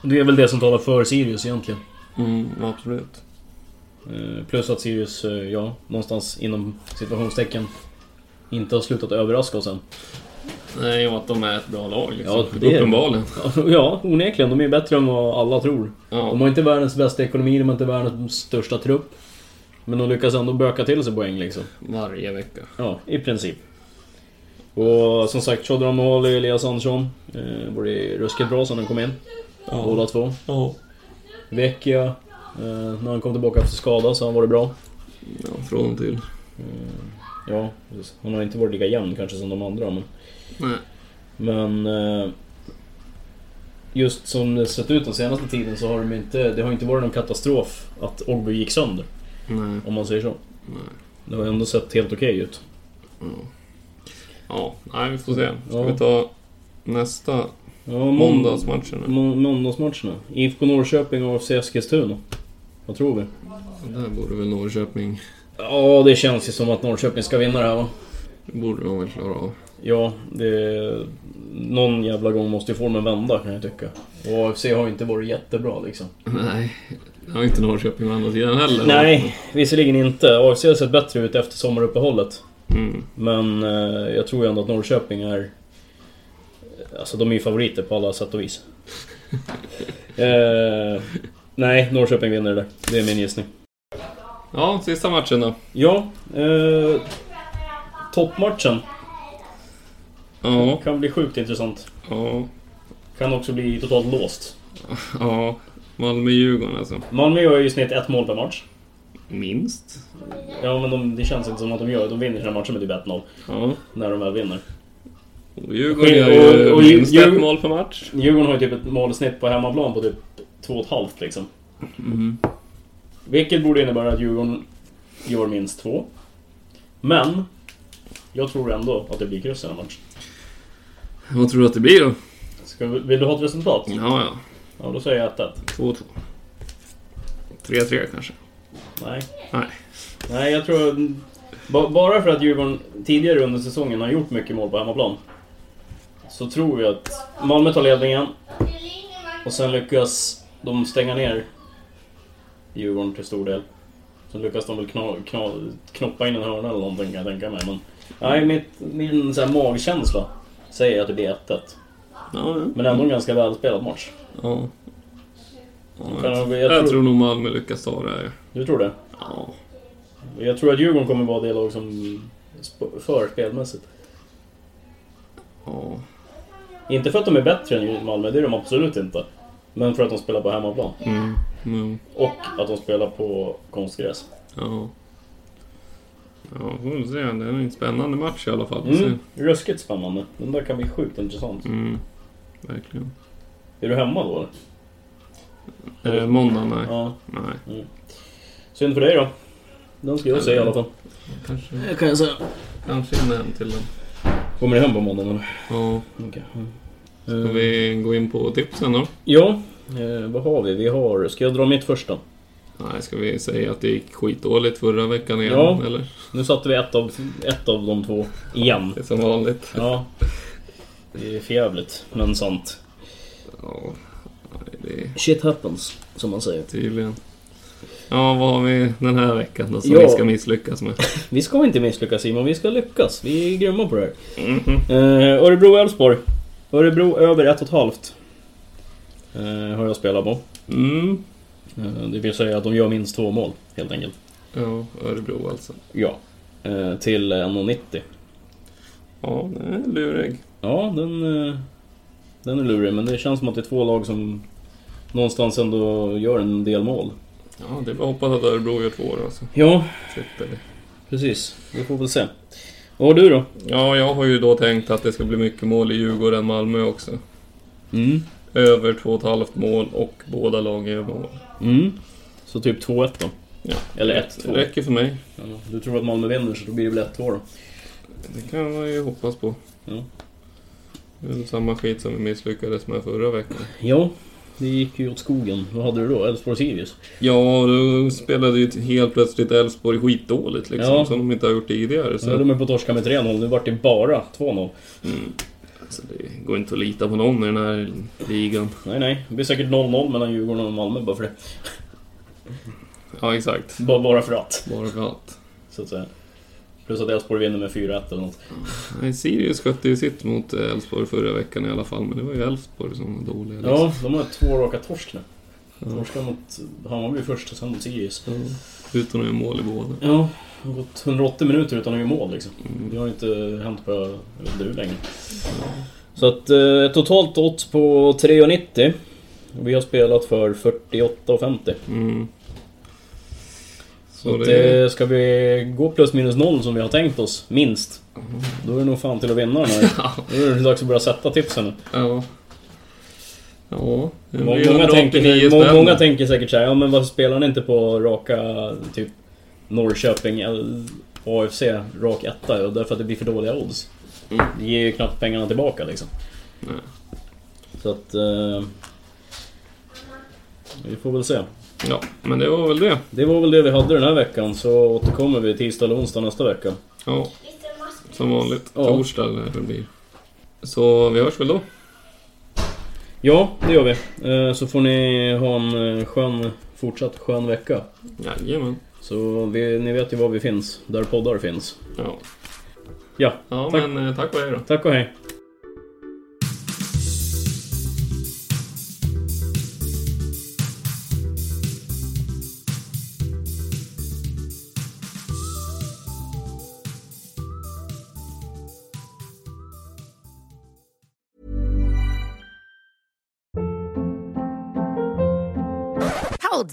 A: Det är väl det som talar för Sirius egentligen.
B: Mm, absolut.
A: Eh, Plus att Sirius, eh, ja, någonstans inom situationstecken inte har slutat överraska oss än.
B: Nej, och att de är ett bra lag. Liksom.
A: Ja, det är det.
B: Uppenbarligen.
A: Ja, onekligen. De är ju bättre än vad alla tror. De
B: Ja.
A: har inte världens bästa ekonomi, de har inte världens största trupp. Men de lyckas ändå böka till sig poäng liksom.
B: Varje vecka.
A: Ja, i princip. Och som sagt, Chodron Mohl och Elias Andersson eh, var det ruskigt bra sen de kom in. Båda två.
B: Ja.
A: Vecchia, eh, när han kom tillbaka efter skada så han var det bra.
B: ja, från och till.
A: Ja, precis. han har inte varit lika jämn kanske som de andra men...
B: Nej.
A: Men... Eh, just som det sett ut den senaste tiden så har de inte, det har inte varit någon katastrof att Ogbu gick sönder.
B: Nej.
A: Om man säger så.
B: Nej.
A: Det har ändå sett helt okej ut.
B: Ja, nej, vi får se. Ska
A: Ja. Mm.
B: vi ta nästa
A: Ja, månd-
B: måndagsmatchen? nu?
A: Må- Måndagsmatcherna. IFK Norrköping och AFC Eskilstuna. Vad tror vi? Mm.
B: Där borde väl Norrköping...
A: Ja, det känns ju som att Norrköping ska vinna det här va?
B: Det borde de väl klara av.
A: Ja, det... Någon jävla gång måste ju formen vända kan jag tycka. Och AFC har ju inte varit jättebra liksom.
B: Nej. Det har inte Norrköping å andra sidan heller.
A: Nej, visserligen inte. AFC har sett bättre ut efter sommaruppehållet.
B: Mm.
A: Men eh, jag tror ju ändå att Norrköping är... Alltså de är ju favoriter på alla sätt och vis. eh, nej, Norrköping vinner det där. Det är min gissning.
B: Ja, sista matchen då.
A: Ja, eh, toppmatchen
B: Ja.
A: kan bli sjukt intressant.
B: Ja.
A: Kan också bli totalt låst.
B: Ja. Malmö-Djurgården alltså.
A: Malmö gör ju i snitt ett mål per match.
B: Minst.
A: Ja, men de, det känns inte som att de gör det. De vinner sina matcher med typ 1-0.
B: Ja.
A: När de väl vinner.
B: Och Djurgården gör ju
A: Och- och
B: minst
A: Djur-
B: ett mål per match.
A: Djurgården har ju typ ett målsnitt på hemmaplan på typ 2,5 liksom. Vilket borde innebära att Djurgården gör minst två. Men, jag tror ändå att det blir kryss i den här matchen.
B: Vad tror du att det blir då?
A: Ska, vi- vill du ha ett resultat?
B: Mm. Ja, ja.
A: Ja, då säger jag 1-1.
B: 2-2. 3-3 kanske.
A: Nej.
B: Nej.
A: Nej, jag tror... ba- Bara för att Djurgården tidigare under säsongen har gjort mycket mål på hemmaplan. Så tror jag att Malmö tar ledningen. Och sen lyckas de stänga ner Djurgården till stor del. Så lyckas de väl kna, kna, knoppa in en hörna eller någonting kan jag tänka mig. Men, nej, mitt, min så här magkänsla säger att det blir 1-1.
B: Ja, ja.
A: Men ändå en ganska välspelad match.
B: ja.
A: Kan jag-
B: jag, tror,
A: jag
B: jag
A: tror-
B: tror nog Malmö lyckas ta det här.
A: Du tror det?
B: Ja.
A: Jag tror att Djurgården kommer vara det lag som sp- för spelmässigt.
B: ja.
A: Inte för att de är bättre än Malmö, det är de absolut inte. Men för att de spelar på hemmaplan.
B: Mm. Men,
A: Och att de spelar på konstgräs.
B: ja. Ja, får vi se. Det är en spännande match i alla fall. Vi får
A: Mm, ruskigt spännande. Den där kan bli sjukt intressant.
B: se. Mm. Verkligen.
A: Är du hemma då eller?
B: Är det måndag? Nej.
A: Ja.
B: Nej.
A: Synd för dig då. Den ska jag säga i alla fall.
B: Kanske,
A: kan jag säga.
B: kanske hinner hem till den.
A: Kommer du hem på måndagen eller? Mm.
B: Ja.
A: Okej.
B: Ska vi gå in på tipsen då?
A: Ja, eh, vad har vi? Vi har... Ska jag dra mitt första?
B: Nej, ska vi säga att det gick skitdåligt förra veckan igen?
A: Ja.
B: Eller?
A: Nu satte vi ett av, ett av de två. Igen.
B: Det är som vanligt.
A: Ja. Det är förjävligt, men sant.
B: Ja. Nej, det är
A: Shit happens, som man säger.
B: tydligen. Ja, vad har vi den här veckan då som
A: Ja.
B: vi ska misslyckas med?
A: Vi ska inte misslyckas Simon, vi ska lyckas. Vi är grymma på det här. Eh, Örebro-Elfsborg. Örebro över 1,5. Uh, har jag spelat på.
B: Mm.
A: Eh, det vill säga att de gör minst två mål, helt enkelt.
B: Ja, Örebro alltså.
A: Ja. Eh, till 1,90.
B: Ja, det är lurig.
A: Ja, den, eh, den är lurig, men det känns som att det är två lag som någonstans ändå gör en del mål.
B: Ja, det är bara att hoppas att Örebro gör två då alltså.
A: Ja,
B: Slipper det.
A: precis. Vi får väl se. Vad har du då?
B: Ja, jag har ju då tänkt att det ska bli mycket mål i Djurgården, Malmö också.
A: Mm.
B: Över två och ett halvt mål och båda lagen gör mål.
A: Mm. Så typ 2-1 då?
B: Ja.
A: Eller 1-2?
B: Det räcker för mig.
A: Ja, Du tror att Malmö vinner så då blir det väl 1-2 då?
B: Det kan man ju hoppas på.
A: Ja.
B: Det är väl samma skit som vi misslyckades med förra veckan.
A: Ja, det gick ju åt skogen. Vad hade du då? Elfsborg-Sirius?
B: Ja, då spelade ju helt plötsligt Elfsborg skitdåligt liksom,
A: Ja.
B: som de inte har gjort tidigare. Så
A: Så de är på torska med 3-0, nu vart det bara 2-0.
B: alltså, det går inte att lita på någon i den här ligan.
A: Nej, nej. Det blir säkert 0-0 mellan Djurgården och Malmö bara för det.
B: Ja, exakt.
A: Bara, bara för att,
B: Bara för att.
A: så att säga. Plus att Elfsborg vinner med 4-1 eller något.
B: Nej, Sirius skötte ju sitt mot Elfsborg förra veckan i alla fall, men det var ju Elfsborg som var dåliga. liksom.
A: Ja, de har två raka torsk nu. Torska mot Hammarby först och sen mot Sirius.
B: Ja. Utan att göra mål i båda.
A: Ja, det har gått 180 minuter utan att göra mål liksom. Det har inte hänt på jag vet inte hur länge. Så att eh, totalt odds på 3,90. Vi har spelat för 48,50.
B: Mm.
A: Så
B: Så
A: att,
B: det...
A: eh, ska vi gå plus minus noll som vi har tänkt oss, minst. Då är det nog fan till att vinna den här. Då är det dags att börja sätta tipsen nu.
B: Ja. Ja. det
A: Många,
B: blir ju
A: många, tänker,
B: 189
A: många,
B: spänn.
A: många tänker säkert såhär, ja men varför spelar ni inte på raka typ Norrköping eller AFC rak etta? Och därför att det blir för dåliga odds.
B: Mm.
A: Det ger ju knappt pengarna tillbaka liksom.
B: Nej.
A: Så att... Eh, vi får väl se.
B: Ja, men det var väl det.
A: Det var väl det vi hade den här veckan, så återkommer vi tisdag eller onsdag nästa vecka.
B: Ja. Som vanligt.
A: Ja.
B: Torsdag eller det blir. Så vi hörs väl då.
A: Ja, det gör vi. Eh, Så får ni ha en eh, skön, fortsatt skön vecka.
B: Jajamän.
A: Så vi, ni vet ju var vi finns, där poddar finns.
B: Ja,
A: Ja,
B: ja
A: Tack.
B: men eh, tack och hej då.
A: tack och hej.
C: Hold